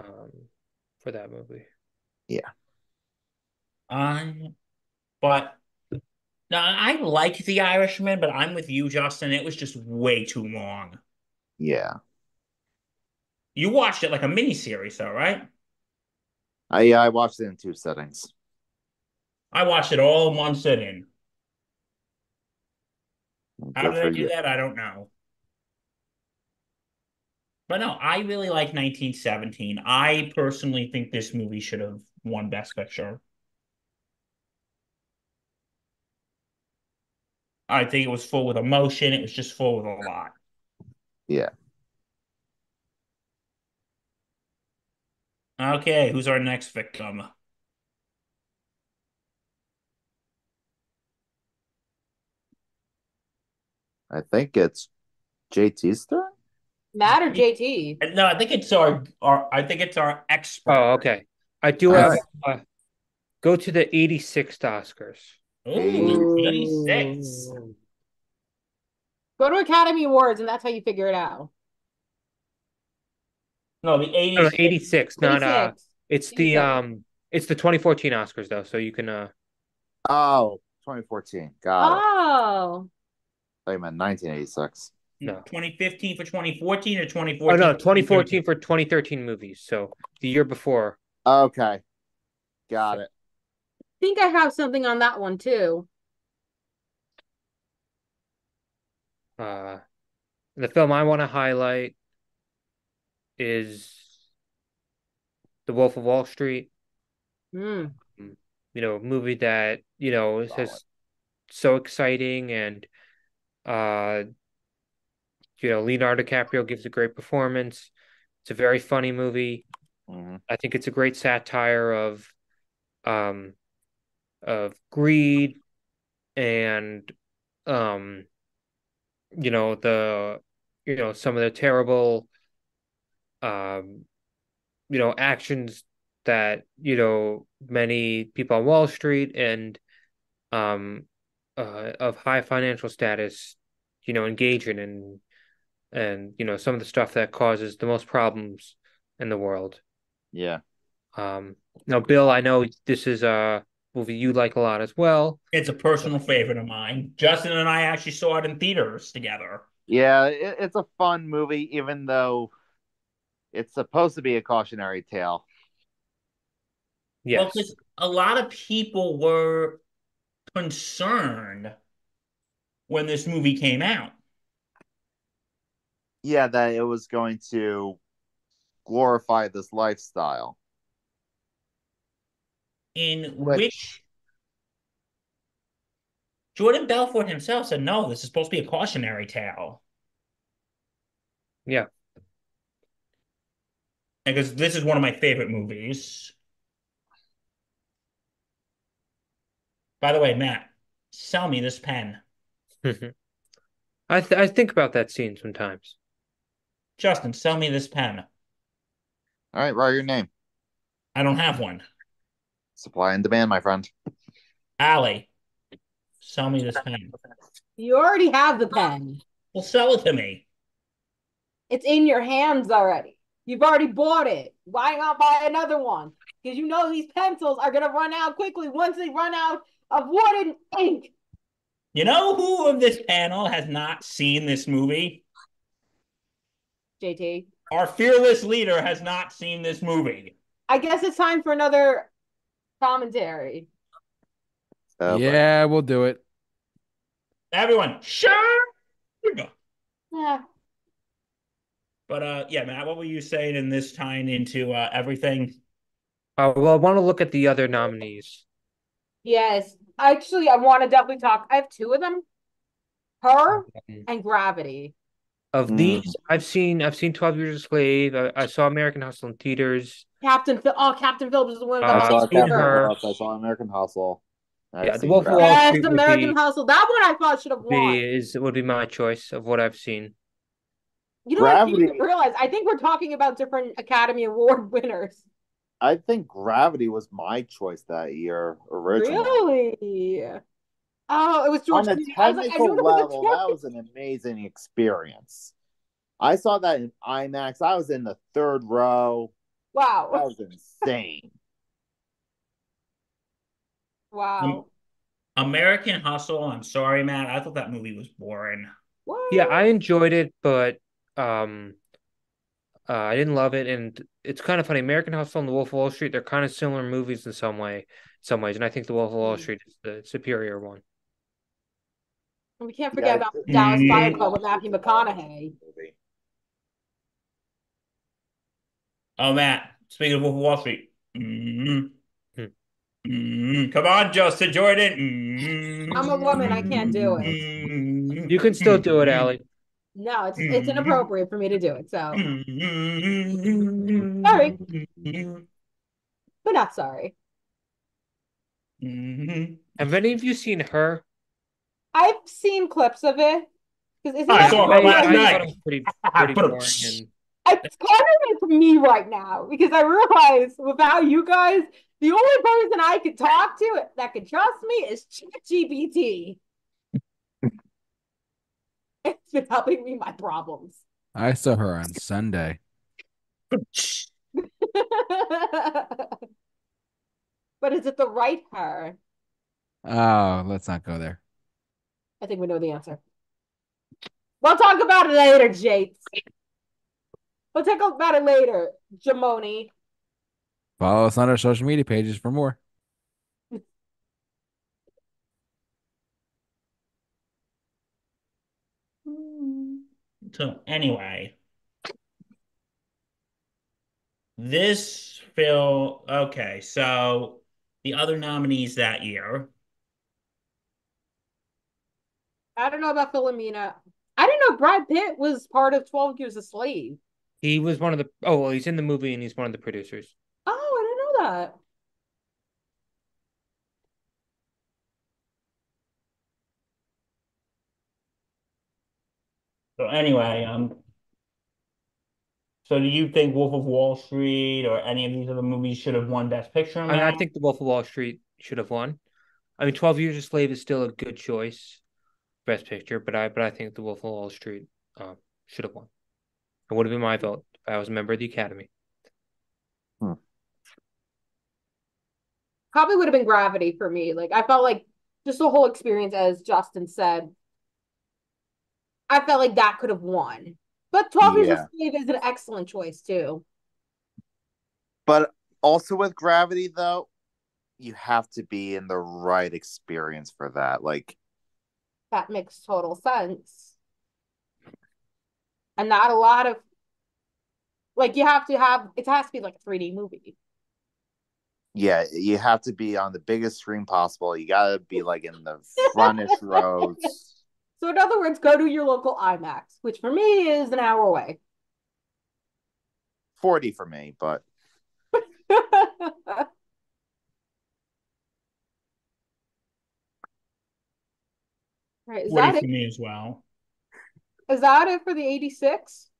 um for that movie. I, Um, but no, I liked The Irishman, but I'm with you, Justin. It was just way too long. Yeah. You watched it like a miniseries, though, right? I yeah, I watched it in two settings. I watched it all in one sitting. How Good did for I do you. that? I don't know. But no, I really like 1917. I personally think this movie should have won Best Picture. I think it was full with emotion. It was just full with a lot. Yeah. Okay, who's our next victim? I think it's JT's turn. Matt or JT? And No, I think it's our, our I think it's our expert. Oh, okay. I do All have right. uh, go to the 86th Oscars. Ooh, 86. Go to Academy Awards and that's how you figure it out. No, the 80s. No, no, 86, not uh 86. it's the 87. um it's the 2014 Oscars though, so you can uh Oh, 2014. Got it. Oh. I meant 1986. No. 2015 for 2014 or 2014 oh no, for 2014 for 2013 movies. So the year before. Okay. Got it. I think I have something on that one too. Uh, the film I want to highlight is The Wolf of Wall Street. Mm. You know, movie that you know is Solid. just so exciting, and uh, you know Leonardo DiCaprio gives a great performance. It's a very funny movie. Mhm. I think it's a great satire of um of greed and um you know the you know some of the terrible um you know actions that you know many people on Wall Street and um uh, of high financial status you know engage in and and you know some of the stuff that causes the most problems in the world Yeah. um, now, Bill, I know this is a movie you like a lot as well. It's a personal favorite of mine. Justin and I actually saw it in theaters together. Yeah, it, it's a fun movie, even though it's supposed to be a cautionary tale. Yes. because a lot of people were concerned when this movie came out. Yeah, that it was going to glorify this lifestyle. in Which- which, Jordan Belfort himself said, "No, this is supposed to be a cautionary tale." Yeah. because this is one of my favorite movies. By the way, Matt, sell me this pen, Mm-hmm. I th- I think about that scene sometimes. Justin. Sell me this pen. All right, write your name. I don't have one. Supply and demand, my friend. Allie, sell me this pen. You already have the pen. Well, sell it to me. It's in your hands already. You've already bought it. Why not buy another one? Because you know these pencils are gonna run out quickly once they run out of wood and ink. You know who of this panel has not seen this movie? JT. Our fearless leader has not seen this movie. I guess it's time for another commentary. So, yeah, we'll do it. Everyone, sure. Yeah. But uh, yeah, Matt, what were you saying in this tying into uh, everything? Uh, well, I want to look at the other nominees. Yes. Actually, I want to definitely talk. I have two of them. Her and Gravity. Of Mm. these, I've seen I've seen Twelve Years a Slave. I, I saw American Hustle in theaters. Captain Phil. Oh, Captain Phillips is the one. Uh, I that saw got I've seen Captain her. Phillips, I saw American Hustle. I've Yeah, The seen Wolf of that. Wall Yes, Street would American be- Hustle. That one I thought should have won. Be, is would be my choice of what I've seen. You know what I didn't Gravity- realize? I think we're talking about different Academy Award winners. I think Gravity was my choice that year originally. Really? Oh, it was George On a Clooney. I was like, I technical knew it was a level, that was an amazing experience. I saw that in IMAX. I was in the third row. That Wow. was insane. Um, Wow. American Hustle. I'm sorry, Matt. I thought that movie was boring. What? Yeah, I enjoyed it, but um, uh, I didn't love it, and it's kind of funny. American Hustle and The Wolf of Wall Street—they're kind of similar movies in some way, some ways, and I think The Wolf of Wall Mm. Street is the superior one. And we can't forget Yeah, about it's- Dallas Mm. Buyers Club with Matthew McConaughey. Oh, Matt. Speaking of Wolf of Wall Street. Mm. Hmm. Mm. Come on, Justin Jordan. mm-hmm. I'm a woman, I can't do it. Mm. it. You can still do it, Allie. No, it's it's Mm. inappropriate for me to do it. So, Sorry. but not sorry. Mm-hmm. Have any of you seen her? I've seen clips of it. 'Cause isn't I that saw her I, last I night. thought it was pretty, pretty Put 'em- boring. And It's kind of like me right now because I realize without you guys, the only person I could talk to that could trust me is ChatGPT. it's been helping me my problems. I saw her on Sunday. but is it the right her? Oh, let's not go there. I think we know the answer. We'll talk about it later, Jake. We'll talk about it later, Jamoni. Follow us on our social media pages for more. Hmm. So anyway, this Phil. Okay, so the other nominees that year. I don't know about Philomena. I didn't know Brad Pitt was part of Twelve Years a Slave. He was one of the oh well, he's in the movie and he's one of the producers. Oh, I didn't know that. So anyway, um, so do you think Wolf of Wall Street or any of these other movies should have won Best Picture? I mean, I now? think The Wolf of Wall Street should have won. I mean, Twelve Years a Slave is still a good choice, Best Picture, but I but I think The Wolf of Wall Street uh, should have won. It would have been my vote if I was a member of the Academy. Probably would have been Gravity for me. Like I felt like just the whole experience, as Justin said, I felt like that could have won. But Twelve Years Yeah. a Slave is an excellent choice too. But also with gravity, though, you have to be in the right experience for that. Like, That makes total sense. And not a lot of like you have to have it has to be like a 3D movie. yeah, you have to be on the biggest screen possible. You gotta be like in the frontest rows. So in other words, go to your local IMAX, which for me is an hour away. 40 for me, but Right, is Forty that for me as well. it? Is that it for the 86?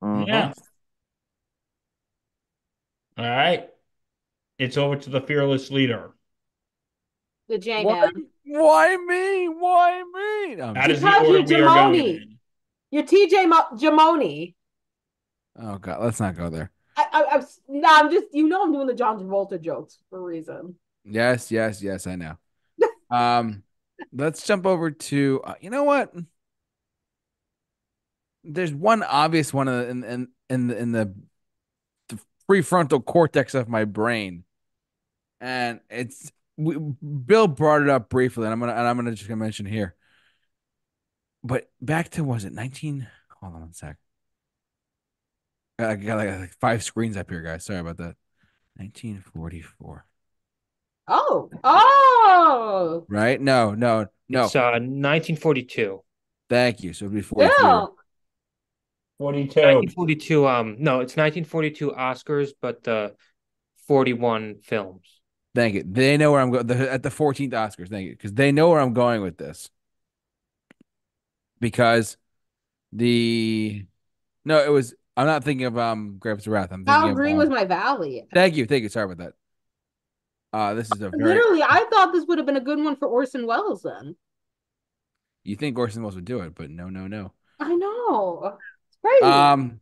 Uh-huh. mhm. Yeah. All right. It's over to the fearless leader. The J Why, now. why me? Why me? No, I'm That just- is the Because order you're we are going Jamoni. in. Your TJ Mo- Jamoni. oh god, let's not go there. I, I, I'm s- no, I'm just you know I'm doing the John Travolta jokes for a reason. Yes, yes, yes, I know. Um, let's jump over to uh, you know what? There's one obvious one in in in the, in the, the prefrontal cortex of my brain, and it's we, Bill brought it up briefly, and I'm gonna and I'm gonna just gonna mention here. But back to was it 19? Hold on one sec. I got like, like five screens up here, guys. Sorry about that. 1944. Oh, oh, Right? No, no, no. It's uh, 1942. Thank you. So it'd be 43. Bill. 42. 1942. Um, no, it's 1942 Oscars, but the 41 films. Thank you. They know where I'm going at the 14th Oscars. Thank you, because they know where I'm going with this. Because the no, it was. I'm not thinking of um Grapes of Wrath. I'm thinking Al of, Green um, was my valley. Thank you, thank you. Sorry about that. Uh, this is a very. Literally, I thought this would have been a good one for Orson Welles then. You think Orson Welles would do it, but no, no, no. I know. It's crazy. Um,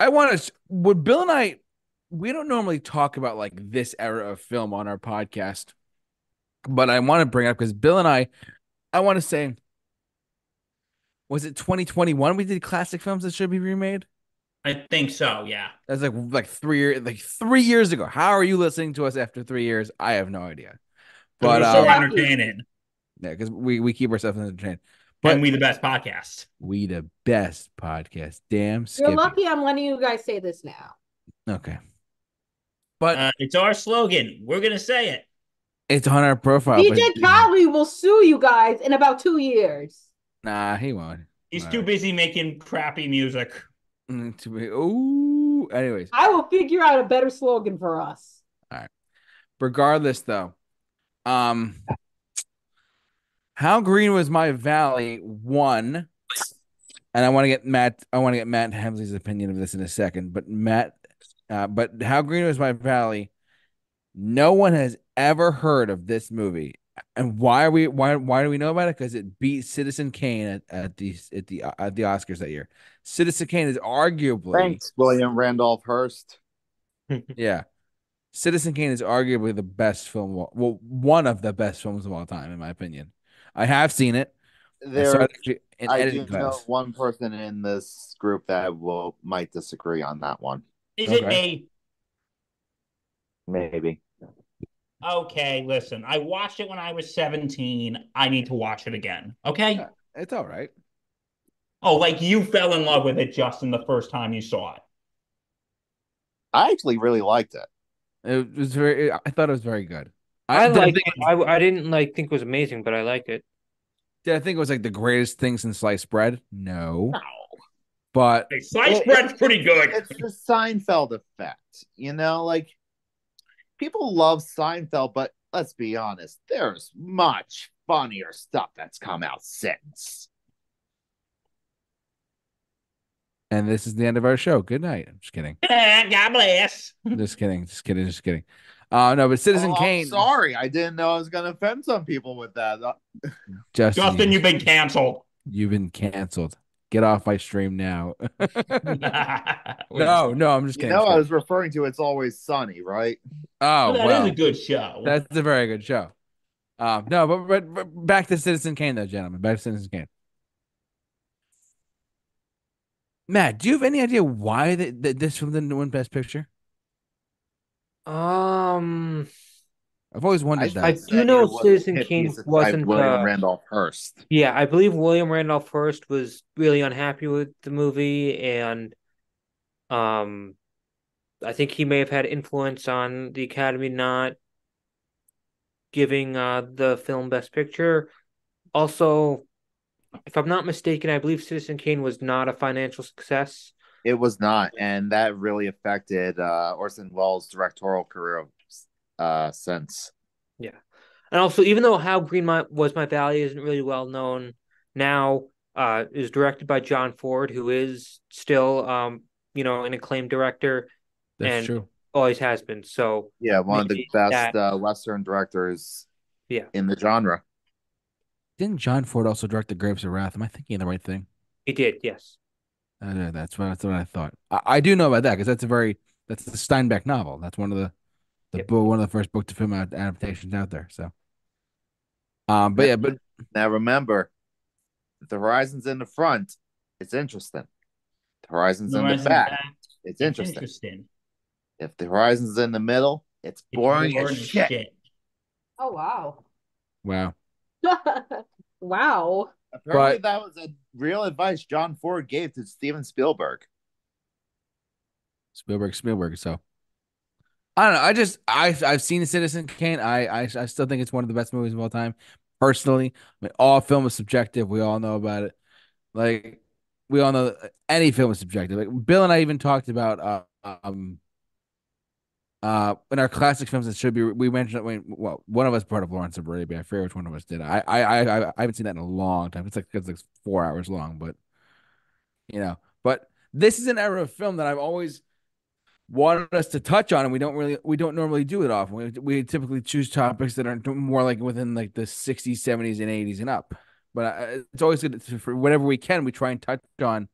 I want to. Would Bill and I? We don't normally talk about like this era of film on our podcast, but I want to bring up because Bill and I, I want to say, was it 2021 we did classic films that should be remade? I think so, yeah. That's like like three year like three years ago. How are you listening to us after three years? I have no idea. So But we're um, so yeah, lucky. entertaining. because we we keep ourselves entertained. But and we the best podcast. we the best podcast. Damn, You're Skippy. lucky I'm letting you guys say this now. Okay, but Uh, it's our slogan. We're gonna say it. it's on our profile. but- DJ Cowley will sue you guys in about two years. Nah, he won't. He's All too right. busy making crappy music. Mm, To be, ooh. Anyways, I will figure out a better slogan for us. regardless though, um, how green was my valley? One, and I want to get Matt. I want to get Matt Hemsley's opinion of this in a second. But Matt, uh, but how green was my valley? No one has ever heard of this movie, and why are we? Why why do we know about it? Because it beat Citizen Kane at, at the at the at the Oscars that year. Citizen Kane is arguably Thanks, William Randolph Hearst. Yeah. Citizen Kane is arguably the best film, of all- well, one of the best films of all time, in my opinion. I have seen it. I saw There, it actually in I do editing know class. one person in this group that will might disagree on that one. Is it Okay. me? Maybe. Okay, listen. I watched it when I was 17. I need to watch it again. Okay. Yeah. It's all right. Oh, like you fell in love with it, Justin, the first time you saw it. I actually really liked it. It was very. I thought it was very good. I did I like. think, I I didn't like think it was amazing, but I liked it. did I think it was like the greatest thing since sliced bread? No, No. but Hey, sliced It- bread's pretty good. It's the Seinfeld effect, you know, like people love Seinfeld, but let's be honest, there's much funnier stuff that's come out since. and this is the end of our show. Good night. I'm just kidding. God bless. just kidding. Just kidding. Just kidding. Uh no, but Citizen Oh, I'm Kane. sorry, I didn't know I was gonna offend some people with that. Uh, Justin, Justin, you, you've been canceled. you've been canceled. Get off my stream now. no, no, no, I'm just You kidding. know, I I'm just was referring to "It's Always Sunny," right? kidding. oh, that is well. a good show. That's a very good show. Um, no, but, but but back to Citizen Kane though, gentlemen. Back to Citizen Kane. Matt, do you have any idea why th- th- this from the one Best Picture? Um, I've always wondered that. I should do say know it was Citizen hit Kane piece by wasn't, William uh, Randolph Hearst. yeah, I believe William Randolph Hearst was really unhappy with the movie, and um, I think he may have had influence on the Academy not giving uh the film Best Picture. Also, if I'm not mistaken, I believe Citizen Kane was not a financial success. It was not, and that really affected uh, Orson Welles' directorial career uh, since. And also, even though How Green My, Was My Valley isn't really well known now, uh, is directed by John Ford, who is still, um, you know, an acclaimed director, That's and- true. always has been. So, Yeah, one of the Maybe best that- uh, Western directors. Yeah. in the genre. Didn't John Ford also direct The Grapes of Wrath? Am I thinking of the right thing? he did, yes. I don't know, that's what that's what I thought. I, I do know about that because that's a very that's the Steinbeck novel. That's one of the the Yep. book, one of the first book to film ad- adaptations out there. So, um, but yeah, but Now remember, the horizon's in the front. It's interesting. The horizon's The in horizon's the back. back. It's It's interesting. If the horizon's in the middle, it's It's boring, as shit. Oh wow. wow. wow. Apparently, But- that was a real advice John Ford gave to Steven Spielberg. Spielberg, Spielberg. So I don't know. I just I've I've seen Citizen Kane. I, I I still think it's one of the best movies of all time. Personally, I mean, all film is subjective. We all know about it. Like we all know that any film is subjective. Like Bill and I even talked about uh, um uh in our classic films that should be we mentioned it when well one of us brought up Lawrence of Arabia. I forget which one of us did. I I I I haven't seen that in a long time. It's like it's like four hours long, but you know. But this is an era of film that I've always wanted us to touch on, and we don't really we don't normally do it often. We we typically choose topics that are more like within like the 60s, 70s, and 80s and up. But uh, it's always good to, for whatever we can, we try and touch on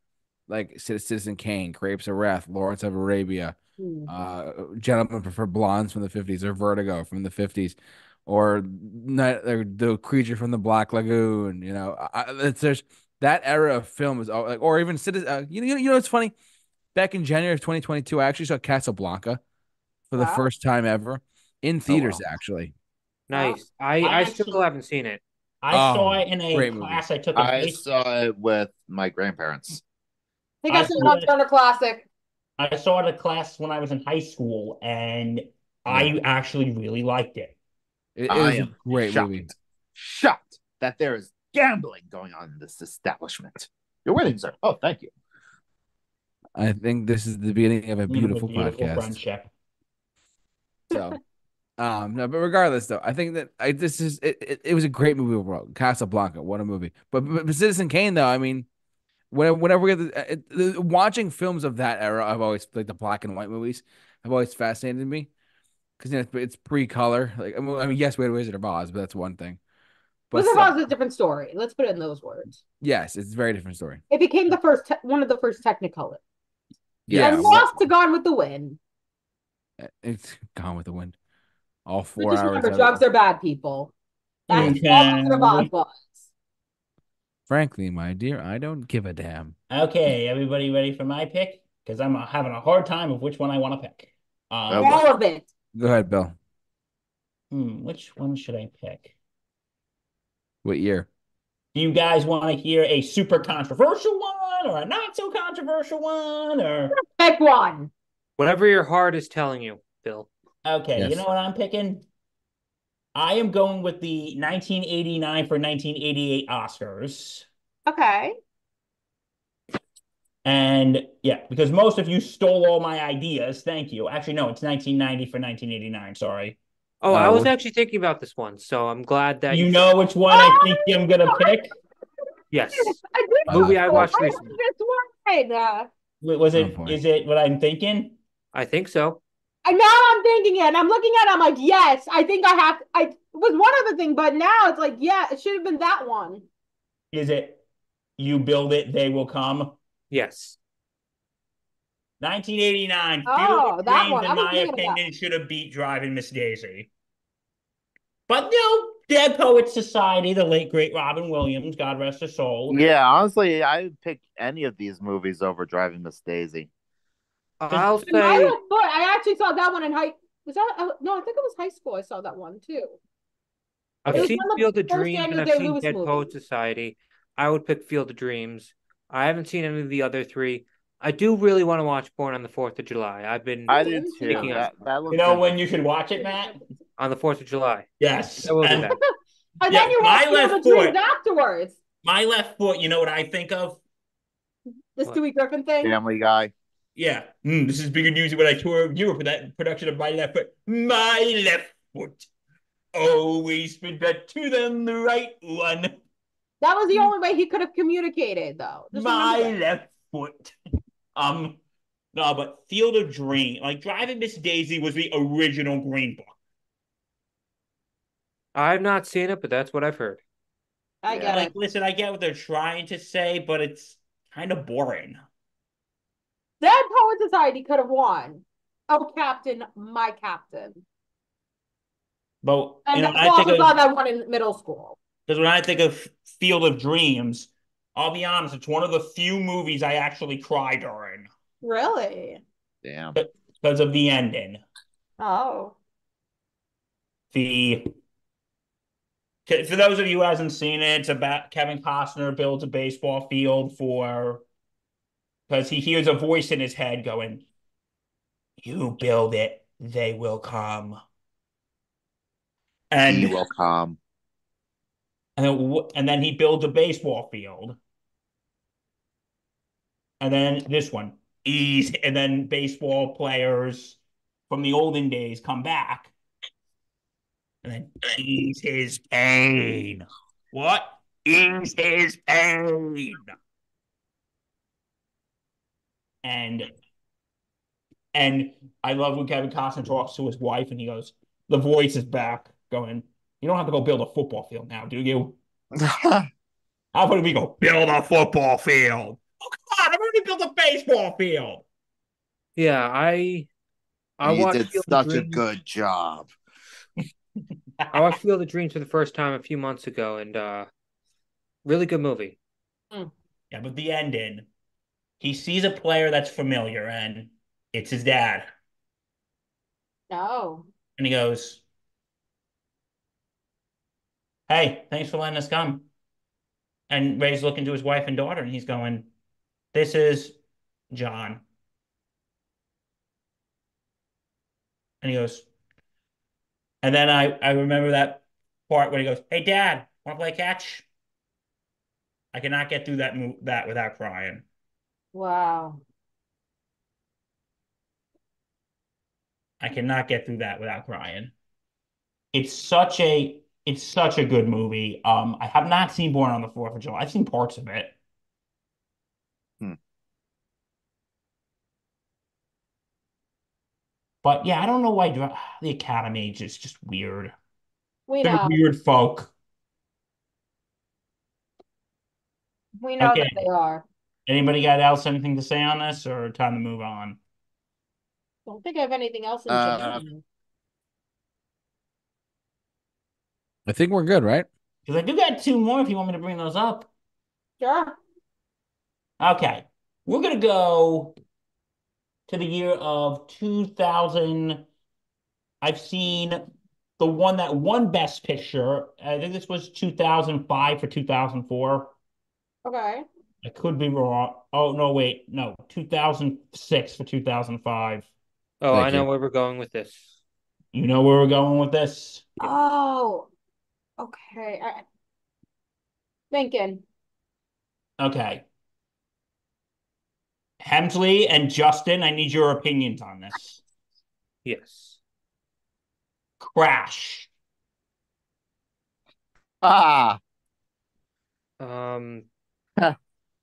like Citizen Kane, Grapes of Wrath, Lawrence of Arabia, Hmm. uh, Gentlemen Prefer Blondes from the 50s, or Vertigo from the 50s, or, Night, or the Creature from the Black Lagoon. You know, I, I- it's, there's that era of film is all, like, or even Citizen. Uh, you know, you know, it's funny. Back in January of 2022, I actually saw Casablanca for the Wow. first time ever Oh, in theaters. Actually, Wow. Nice. I, I I, actually- still haven't seen it. I Oh, saw it in a great movie. class I took in I high school. saw it with my grandparents. I think I I saw it on see. Turner Classic. I saw it in a class when I was in high school, and I actually really liked it. it, it I was a am great shocked, movie. shocked that there is gambling going on in this establishment. Your wedding, sir. Oh, thank you. I think this is the beginning of a beautiful, podcast. friendship. So, um, no, but regardless, though, I think that I this is it. It, it was a great movie overall. Casablanca, what a movie! But, but, but Citizen Kane, though, I mean, whenever whenever we get the, uh, it, the, watching films of that era, I've always like the black and white movies have always fascinated me because you know it's, it's pre-color. Like, I mean, I mean, yes, we had Wizard of Oz, but that's one thing. But Wizard of still, Oz is a different story. Let's put it in those words. yes, it's a very different story. It became the first te- one of the first Technicolor. Yeah, and well, lost to Gone with the Wind. it's Gone with the Wind. All But four just hours. remember, out of- drugs are bad people. That's Okay. all Wizard of Oz was. Frankly, my dear, I don't give a damn. Okay, everybody ready for my pick? Because I'm uh, having a hard time of which one I want to pick. Um, Okay. All of it. Go ahead, Bill. hmm, which one should I pick? What year? Do you guys want to hear a super controversial one or a not so controversial one? Or Pick one. Whatever your heart is telling you, Bill. okay, you Yes. know what I'm picking? I am going with the 1989 for 1988 Oscars. Okay. And yeah, because most of you stole all my ideas. Thank you. Actually, no, it's 1990 for 1989. Sorry. Oh, I Oh. was actually thinking about this one, so I'm glad that You know which one I think I'm gonna pick? Yes. I A did movie I know. watched I recently. This one. Uh, Wa- Was Oh, it? boy. Is it what I'm thinking? I think so. and now I'm thinking it. and I'm looking at. it, I'm like, yes. I think I have. I it was one other thing, but now it's like, yeah, it should have been that one. Is it you build it, they will come? Yes. 1989. Oh, Field of that Dreams, one. I in was my thinking of that. opinion, should have beat Driving Miss Daisy. But no, Dead Poets Society, the late great Robin Williams, God rest his soul. Yeah, honestly, I would pick any of these movies over Driving Miss Daisy. I'll Does- And I say was- but I actually saw that one in high. Was that? oh, no, I think it was high school. I saw that one too. I've was seen one of the Field of first Dreams and Daniel I've seen Day-Lewis Dead movies. Poets Society. I would pick Field of Dreams. I haven't seen any of the other three. I do really want to watch Born on the Fourth of July. I've been I Yeah, did I'm too. thinking of- That, that looks You know good. when you should watch it, Matt? on the Fourth of July. Yes. I will do And that. And Yeah, then you my watched Field left of foot. Dreams afterwards. my left foot, you know what I think of? The What? Stewie Griffin thing. Family Guy. Yeah. Mm, this is bigger news when I tour Europe with that production of My Left Foot. My left foot. Always been better than the right one. That was the only way he could have communicated, though. Just My remember that. left foot. Um, no, but Field of Dream, like Driving Miss Daisy was the original Green Book. I've not seen it, but that's what I've heard. I Yeah. get Like, it. listen, I get what they're trying to say, but it's kind of boring. Dead Poet Society could have won. Oh, Captain, my Captain. But And you know, I I think also of- saw that one in middle school. Because when I think of Field of Dreams, I'll be honest, it's one of the few movies I actually cry during Really? Damn. because of the ending. Oh. The 'Kay, for those of you who hasn't seen it, it's about Kevin Costner builds a baseball field for because he hears a voice in his head going, "You build it, they will come." He And will come. And then, wh- and then he builds a baseball field. And then this one, ease. And then baseball players from the olden days come back. And then ease his pain. What? Ease his pain. And and I love when Kevin Costner talks to his wife and he goes, the voice is back going, you don't have to go build a football field now, do you? How about we go build a football field? Oh come on! I've already built a baseball field. Yeah, I I you watched did Field of such a Dreams. good job. I watched Field of Dreams for the first time a few months ago, and uh, really good movie. Yeah, but the ending, he sees a player that's familiar, and it's his dad, No. and he goes, "Hey, thanks for letting us come." And Ray's looking to his wife and daughter, and he's going, "This is John." And he goes, and then I I remember that part when he goes, "Hey, Dad, want to play catch?" I cannot get through that move that without crying. Wow. I cannot get through that without crying. It's such a it's such a good movie. Um, I have not seen Born on the Fourth of July. I've seen parts of it. Hmm. But yeah, I don't know why dra- the Academy is just weird. We They're know. weird folk. We know Okay. that they are. Anybody got else anything to say on this, or time to move on? Don't think I have anything else in Uh, Japan. I think we're good, right? Because I do got two more if you want me to bring those up. Sure. Okay. We're going to go to the year of 2000. I've seen the one that won Best Picture. I think this was 2005 for 2004. Okay. I could be wrong. Oh no, wait, no, 2006 for 2005. Oh, Thank I know you. where we're going with this. You know where we're going with this? Oh. Okay. I... Thinking. Okay. Hemsley and Justin, I need your opinions on this. Yes. Crash. Ah, Um, Huh.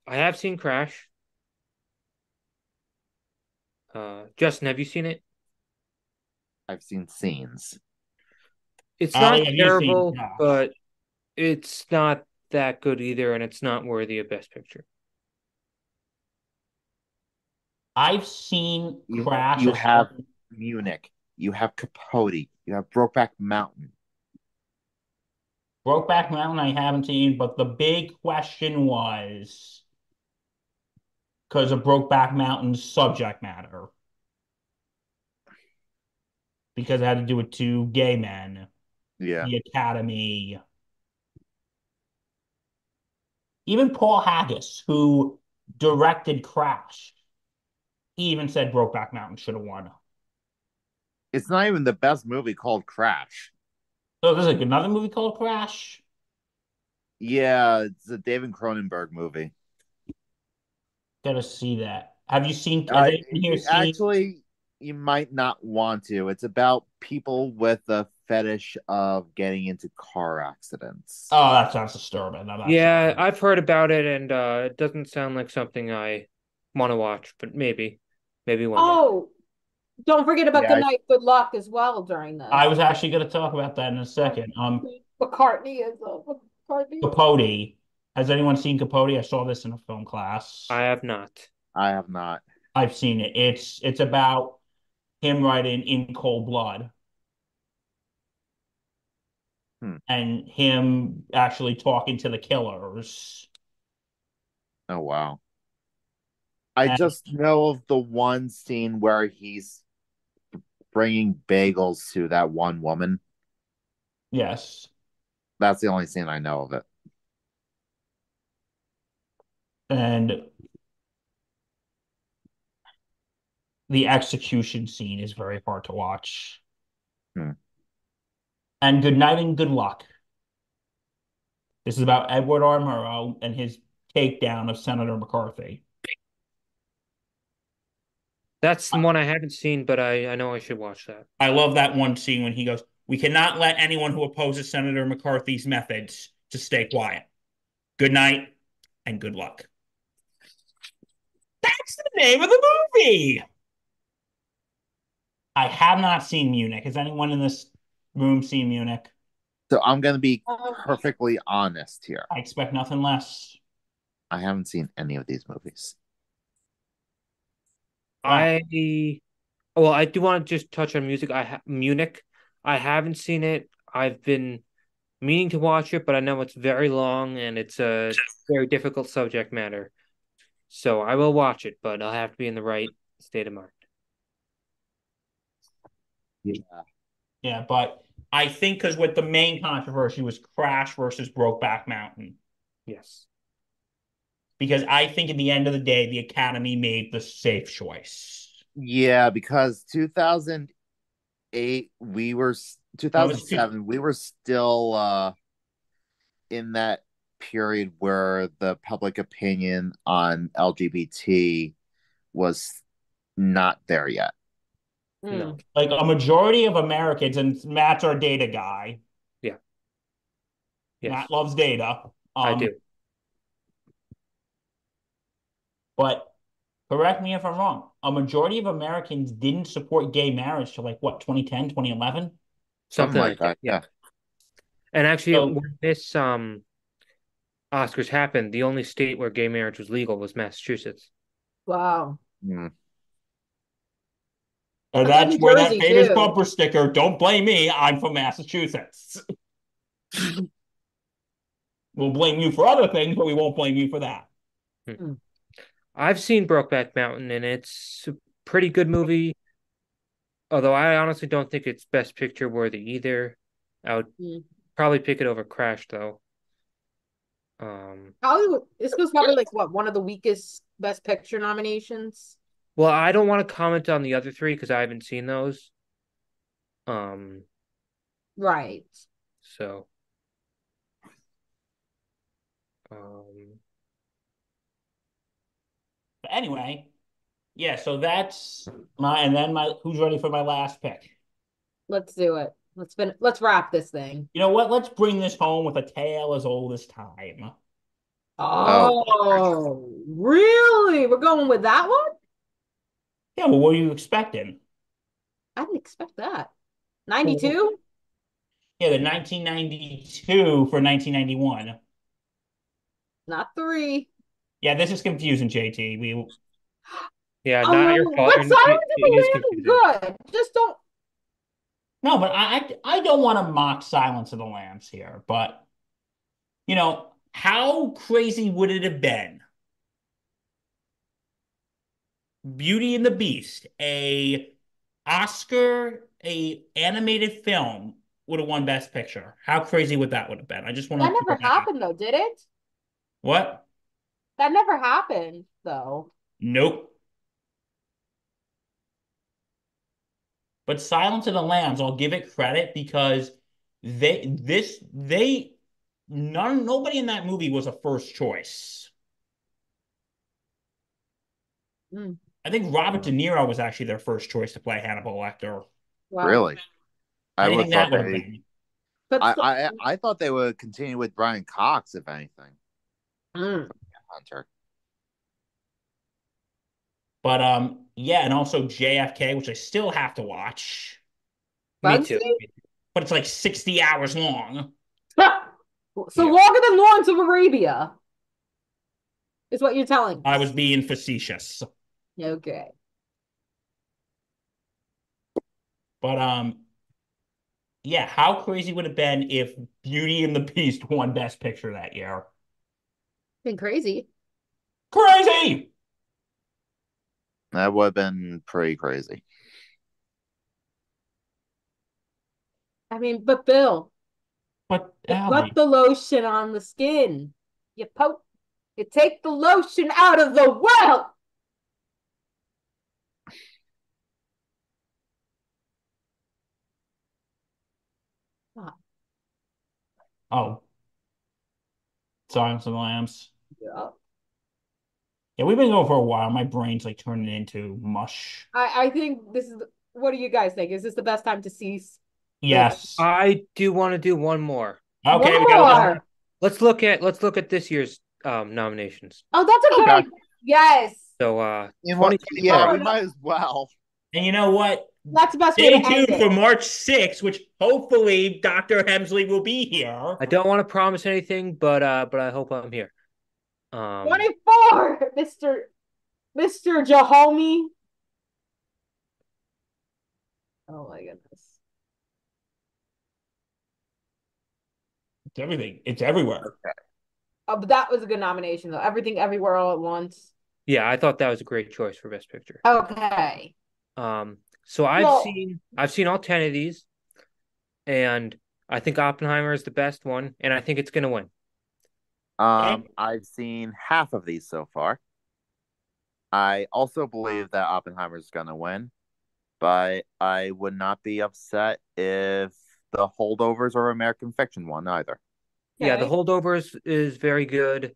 I have seen Crash. Uh, Justin, have you seen it? I've seen scenes. It's Ali, not have you Oh, seen terrible, Crash? but it's not that good either, and it's not worthy of Best Picture. I've seen You- Crash. you I've have- seen- Munich. You have Capote. You have Brokeback Mountain. Brokeback Mountain, I haven't seen, but the big question was because of Brokeback Mountain's subject matter. Because it had to do with two gay men, Yeah. the Academy. Even Paul Haggis, who directed Crash, he even said Brokeback Mountain should have won. It's not even the best movie called Crash. So there's like another movie called Crash. Yeah, it's a David Cronenberg movie. Gotta see that. Have you seen? has I, anyone here seen- actually, you might not want to. It's about people with a fetish of getting into car accidents. Oh, that sounds disturbing. I'm not Yeah, sure. I've heard about it, and uh, it doesn't sound like something I want to watch, but maybe, maybe one day. Oh, don't forget about Yeah, I- good night, good luck as well during this. I was actually going to talk about that in a second. Um, McCartney is a McCartney. Capote. Has anyone seen Capote? I saw this in a film class. I have not. I have not. I've seen it. It's it's about him writing in cold blood. Hmm. And him actually talking to the killers. Oh wow. I And- just know of the one scene where he's bringing bagels to that one woman. Yes. That's the only scene I know of it. And the execution scene is very hard to watch. Hmm. And Good Night and Good Luck. This is about Edward R. Murrow and his takedown of Senator McCarthy. That's the one I haven't seen, but I, I know I should watch that. I love that one scene when he goes, We cannot let anyone who opposes Senator McCarthy's methods to stay quiet. Good night and good luck. That's the name of the movie. I have not seen Munich. Has anyone in this room seen Munich? So I'm gonna be Um, perfectly honest here. I expect nothing less. I haven't seen any of these movies. I well, I do want to just touch on music. I ha Munich. I haven't seen it. I've been meaning to watch it, but I know it's very long and it's a very difficult subject matter. So I will watch it, but I'll have to be in the right state of mind. Yeah. Yeah, but I think because what the main controversy was Crash versus Brokeback Mountain. Yes. Because I think at the end of the day, the Academy made the safe choice. Yeah, because 2008 we were s- 2007 we were still uh in that period where the public opinion on LGBT was not there yet. mm. No. like a majority of Americans, and Matt's our data guy. Yes. Matt loves data. I Um, do. But correct me if I'm wrong. A majority of Americans didn't support gay marriage till like what, 2010, 2011? Something like that. Yeah. And actually, So- when this um Oscars happened, the only state where gay marriage was legal was Massachusetts. Wow. Mm. And I think that's where that Jersey, famous too. bumper sticker, don't blame me, I'm from Massachusetts. we'll blame you for other things, but we won't blame you for that. I've seen Brokeback Mountain, and it's a pretty good movie. Although I honestly don't think it's Best Picture worthy either. I would Mm. probably pick it over Crash though. Um, Probably this was probably like what one of the weakest Best Picture nominations. well, I don't want to comment on the other three because I haven't seen those. Um, Right. so. Um, But anyway, yeah, so that's my and then my who's ready for my last pick? Let's do it. Let's fin let's wrap this thing. You know what? Let's bring this home with a tale as old as time. Oh, really? We're going with that one? Yeah, well, what were you expecting? I didn't expect that. 92? Yeah, the 1992 for 1991. Not three. Yeah, this is confusing, JT. We yeah, Oh, not your no. fault. But You're- Silence it- of the it is Lambs is confusing. good. Just don't. No, but I I, I don't want to mock Silence of the Lambs here, but you know, how crazy would it have been? Beauty and the Beast, a Oscar, a animated film would have won Best Picture. How crazy would that would have been? I just want That to never happened though, did it? What? That never happened though. Nope. But Silence of the Lambs, I'll give it credit because they this they none nobody in that movie was a first choice. Hmm. I think Robert De Niro was actually their first choice to play Hannibal Lecter. Wow. Really? I didn't would think that thought would have they, been. But I, so- I I thought they would continue with Brian Cox if anything. Mm. Hunter. But um, yeah, and also JFK, which I still have to watch, Me too. Bugsy? but it's like 60 hours long. So Yeah. longer than Lawrence of Arabia is what you're telling Uh, I us. was being facetious. Okay. But um, yeah, how crazy would it have been if Beauty and the Beast won Best Picture that year? Been crazy. Crazy! That would have been pretty crazy. I mean, but Bill, But ah, you Allie, put the lotion on the skin. You poke, you take the lotion out of the well. oh, Silence of the Lambs. Yeah. Yeah, we've been going for a while. My brain's like turning into mush. I, I think this is, the- what do you guys think? Is this the best time to cease? Yes. I do want to do one more. Okay, we Uh, One got one. more. Let's look at let's look at this year's um nominations. Oh, that's a good Okay. idea. Yes. So uh And what- 2025. yeah, we might as well. And you know what? That's the best way to Stay end tuned it. for March 6th, which hopefully Dr. Hemsley will be here. I don't want to promise anything, but uh but I hope I'm here. Um 24, Mr. Mr. Jahomey. Oh my goodness. It's everything. It's everywhere. Oh, but that was a good nomination though. Everything everywhere all at once. yeah, I thought that was a great choice for Best Picture. Okay. Um so I've Well- seen I've seen all ten of these and I think Oppenheimer is the best one, and I think it's gonna win. Um, I've seen half of these so far. I also believe that Oppenheimer's gonna win, but I would not be upset if the holdovers or American Fiction won either. Yeah, the Okay. holdovers is very good.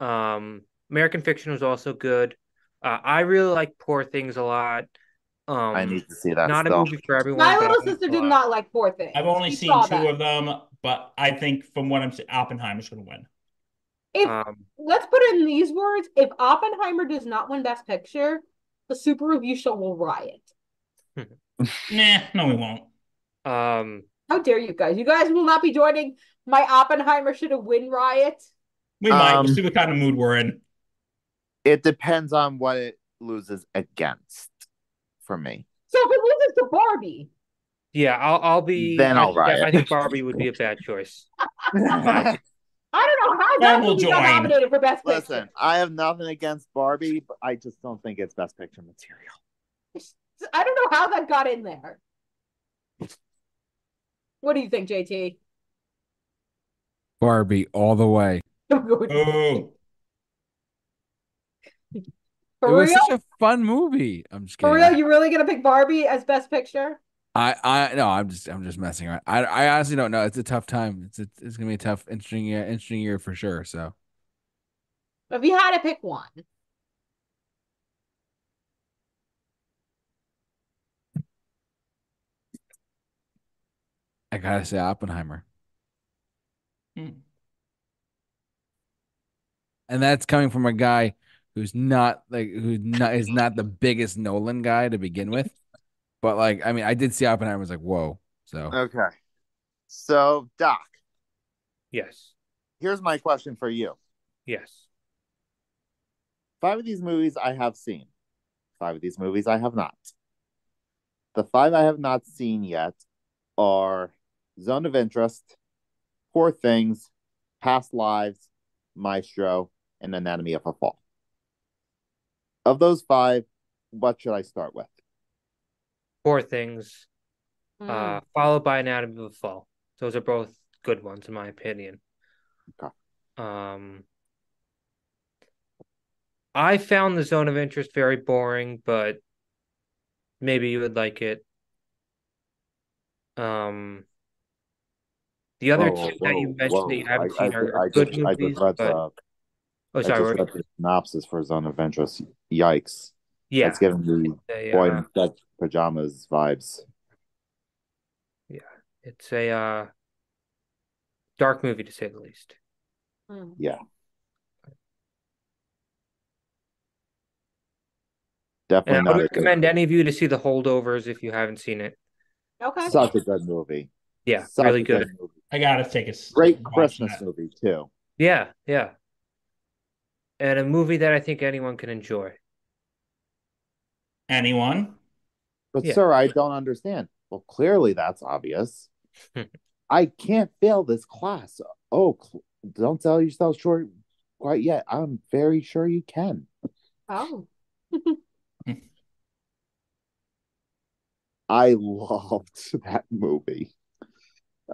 Um, American Fiction was also good. Uh, I really like Poor Things a lot. Um, I need to see that. not still. a movie for everyone. My but I little like it sister a did lot. not like Poor Things. I've only She seen saw two that. of them, but I think from what I'm saying, Oppenheimer's going to win. If Um, let's put it in these words, if Oppenheimer does not win Best Picture, the Super Review Show will riot. Nah, no, we won't. um, How dare you guys? You guys will not be joining my Oppenheimer should have win riot. We might. Um, We'll see what kind of mood we're in. It depends on what it loses against for me. So if it loses to Barbie, yeah, I'll I'll be. Then I I'll think, that- riot. I think Barbie would be a bad choice. I don't know how Then that we'll movie got join. nominated for Best Listen, Picture. I have nothing against Barbie, but I just don't think it's best picture material. I don't know how that got in there. What do you think, JT? Barbie all the way. I'm going- Oh, it For was real? such a fun movie. I'm just For kidding. real? You're really gonna pick Barbie as best picture? I, I no, I'm just I'm just messing around. I I honestly don't know. It's a tough time. It's a, it's gonna be a tough, interesting year, interesting year for sure. So If you had to pick one, I gotta say Oppenheimer. Hmm. And that's coming from a guy who's not like who not, is not the biggest Nolan guy to begin with. But like, I mean, I did see Oppenheimer. I was like, whoa. So Uh, Okay. So, Doc, Yes. here's my question for you. Yes. Five of these movies I have seen. Five of these movies I have not. The five I have not seen yet are Zone of Interest, Poor Things, Past Lives, Maestro, and Anatomy of a Fall. Of those five, what should I start with? Four things, mm, uh, followed by Anatomy of a Fall. Those are both good ones in my opinion. Okay. Um, I found the Zone of Interest very boring, but maybe you would like it. Um, the other Whoa, two that you whoa, mentioned that you whoa. haven't I- I seen are, just- are I good just- I just movies, read but the- oh, I sorry, just read the synopsis for Zone of Interest. Yikes. yeah, That's giving me they, boy uh, in Dutch pajamas vibes. It's a uh, dark movie to say the least. mm. And Definitely I not would a good- recommend any of you to see The Holdovers if you haven't seen it. Okay. Such a good movie. Yeah, Such really a good. movie. I gotta take a s- Great watch Christmas that. movie too. Yeah, yeah. And a movie that I think anyone can enjoy. Anyone? But Yeah. sir, I don't understand. Well, clearly that's obvious. I can't fail this class. Oh, cl- don't sell yourself short quite yet. I'm very sure you can. Oh. I loved that movie.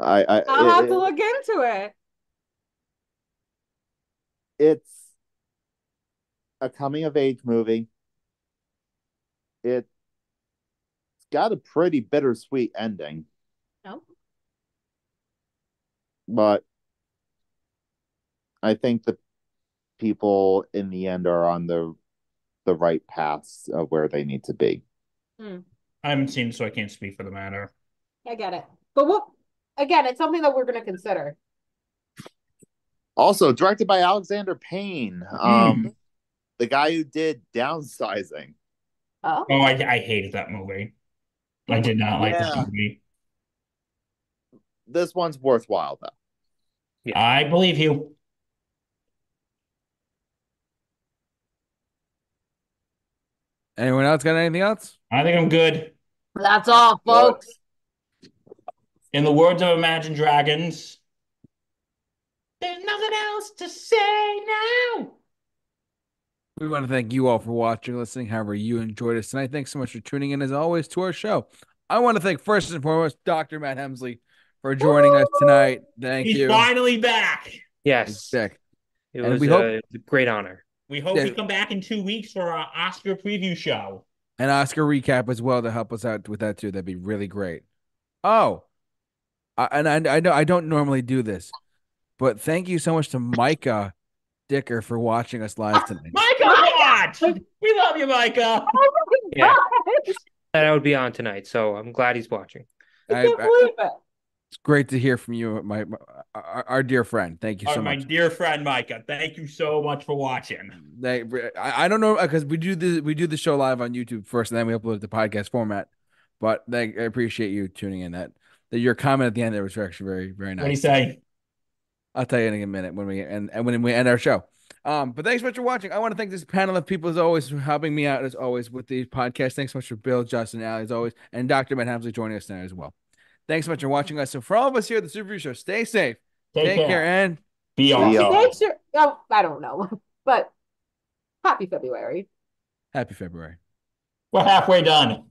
I, I I'll have it- to look into it. it's a coming of age movie. It's got a pretty bittersweet ending, No. but I think the people in the end are on the the right paths of where they need to be. I haven't seen it, so I can't speak for the matter. I get it. But what again, it's something that we're gonna consider. Also directed by Alexander Payne, um, the guy who did Downsizing. Oh. Oh, I, I hated that movie. I did not like Yeah. that movie. This one's worthwhile though. I believe you. anyone else got anything else? I think I'm good. That's all, Well- folks. In the words of Imagine Dragons, there's nothing else to say now. We want to thank you all for watching, listening, however you enjoyed us tonight. Thanks so much for tuning in, as always, to our show. I want to thank first and foremost Dr. Matt Hemsley for joining us tonight. Thank He's you. finally back. He's Yes, sick. it And was we a, hope- it was a great honor. We hope Yeah. you come back in two weeks for our Oscar preview show. An Oscar recap as well to help us out with that too. That'd be really great. Oh, I, and I, I know I don't normally do this, but thank you so much to Micah Dicker for watching us live tonight. Micah Watch! We love you, Micah. Oh my Yeah. gosh. That I would be on tonight, so I'm glad he's watching. I I- can't I- believe it. it's great to hear from you, my, my our, our dear friend. Thank you All so right, my much. dear friend Micah, thank you so much for watching. They, I, I don't know because we do the we do the show live on YouTube first, and then we upload the podcast format. But they, I appreciate you tuning in. That that your comment at the end there was actually very very What do you nice. say? I'll tell you in a minute when we and, and when we end our show. Um, but thanks so much for watching. I want to thank this panel of people as always for helping me out as always with these podcasts. Thanks so much for Bill, Justin, Ali as always, and Dr. Matt Hamsley joining us tonight as well. Thanks so much for watching us. So for all of us here at the Super View Show, stay safe, Take, care. and Be awesome. awesome. Make sure oh, I don't know. But happy February. happy February. We're halfway done.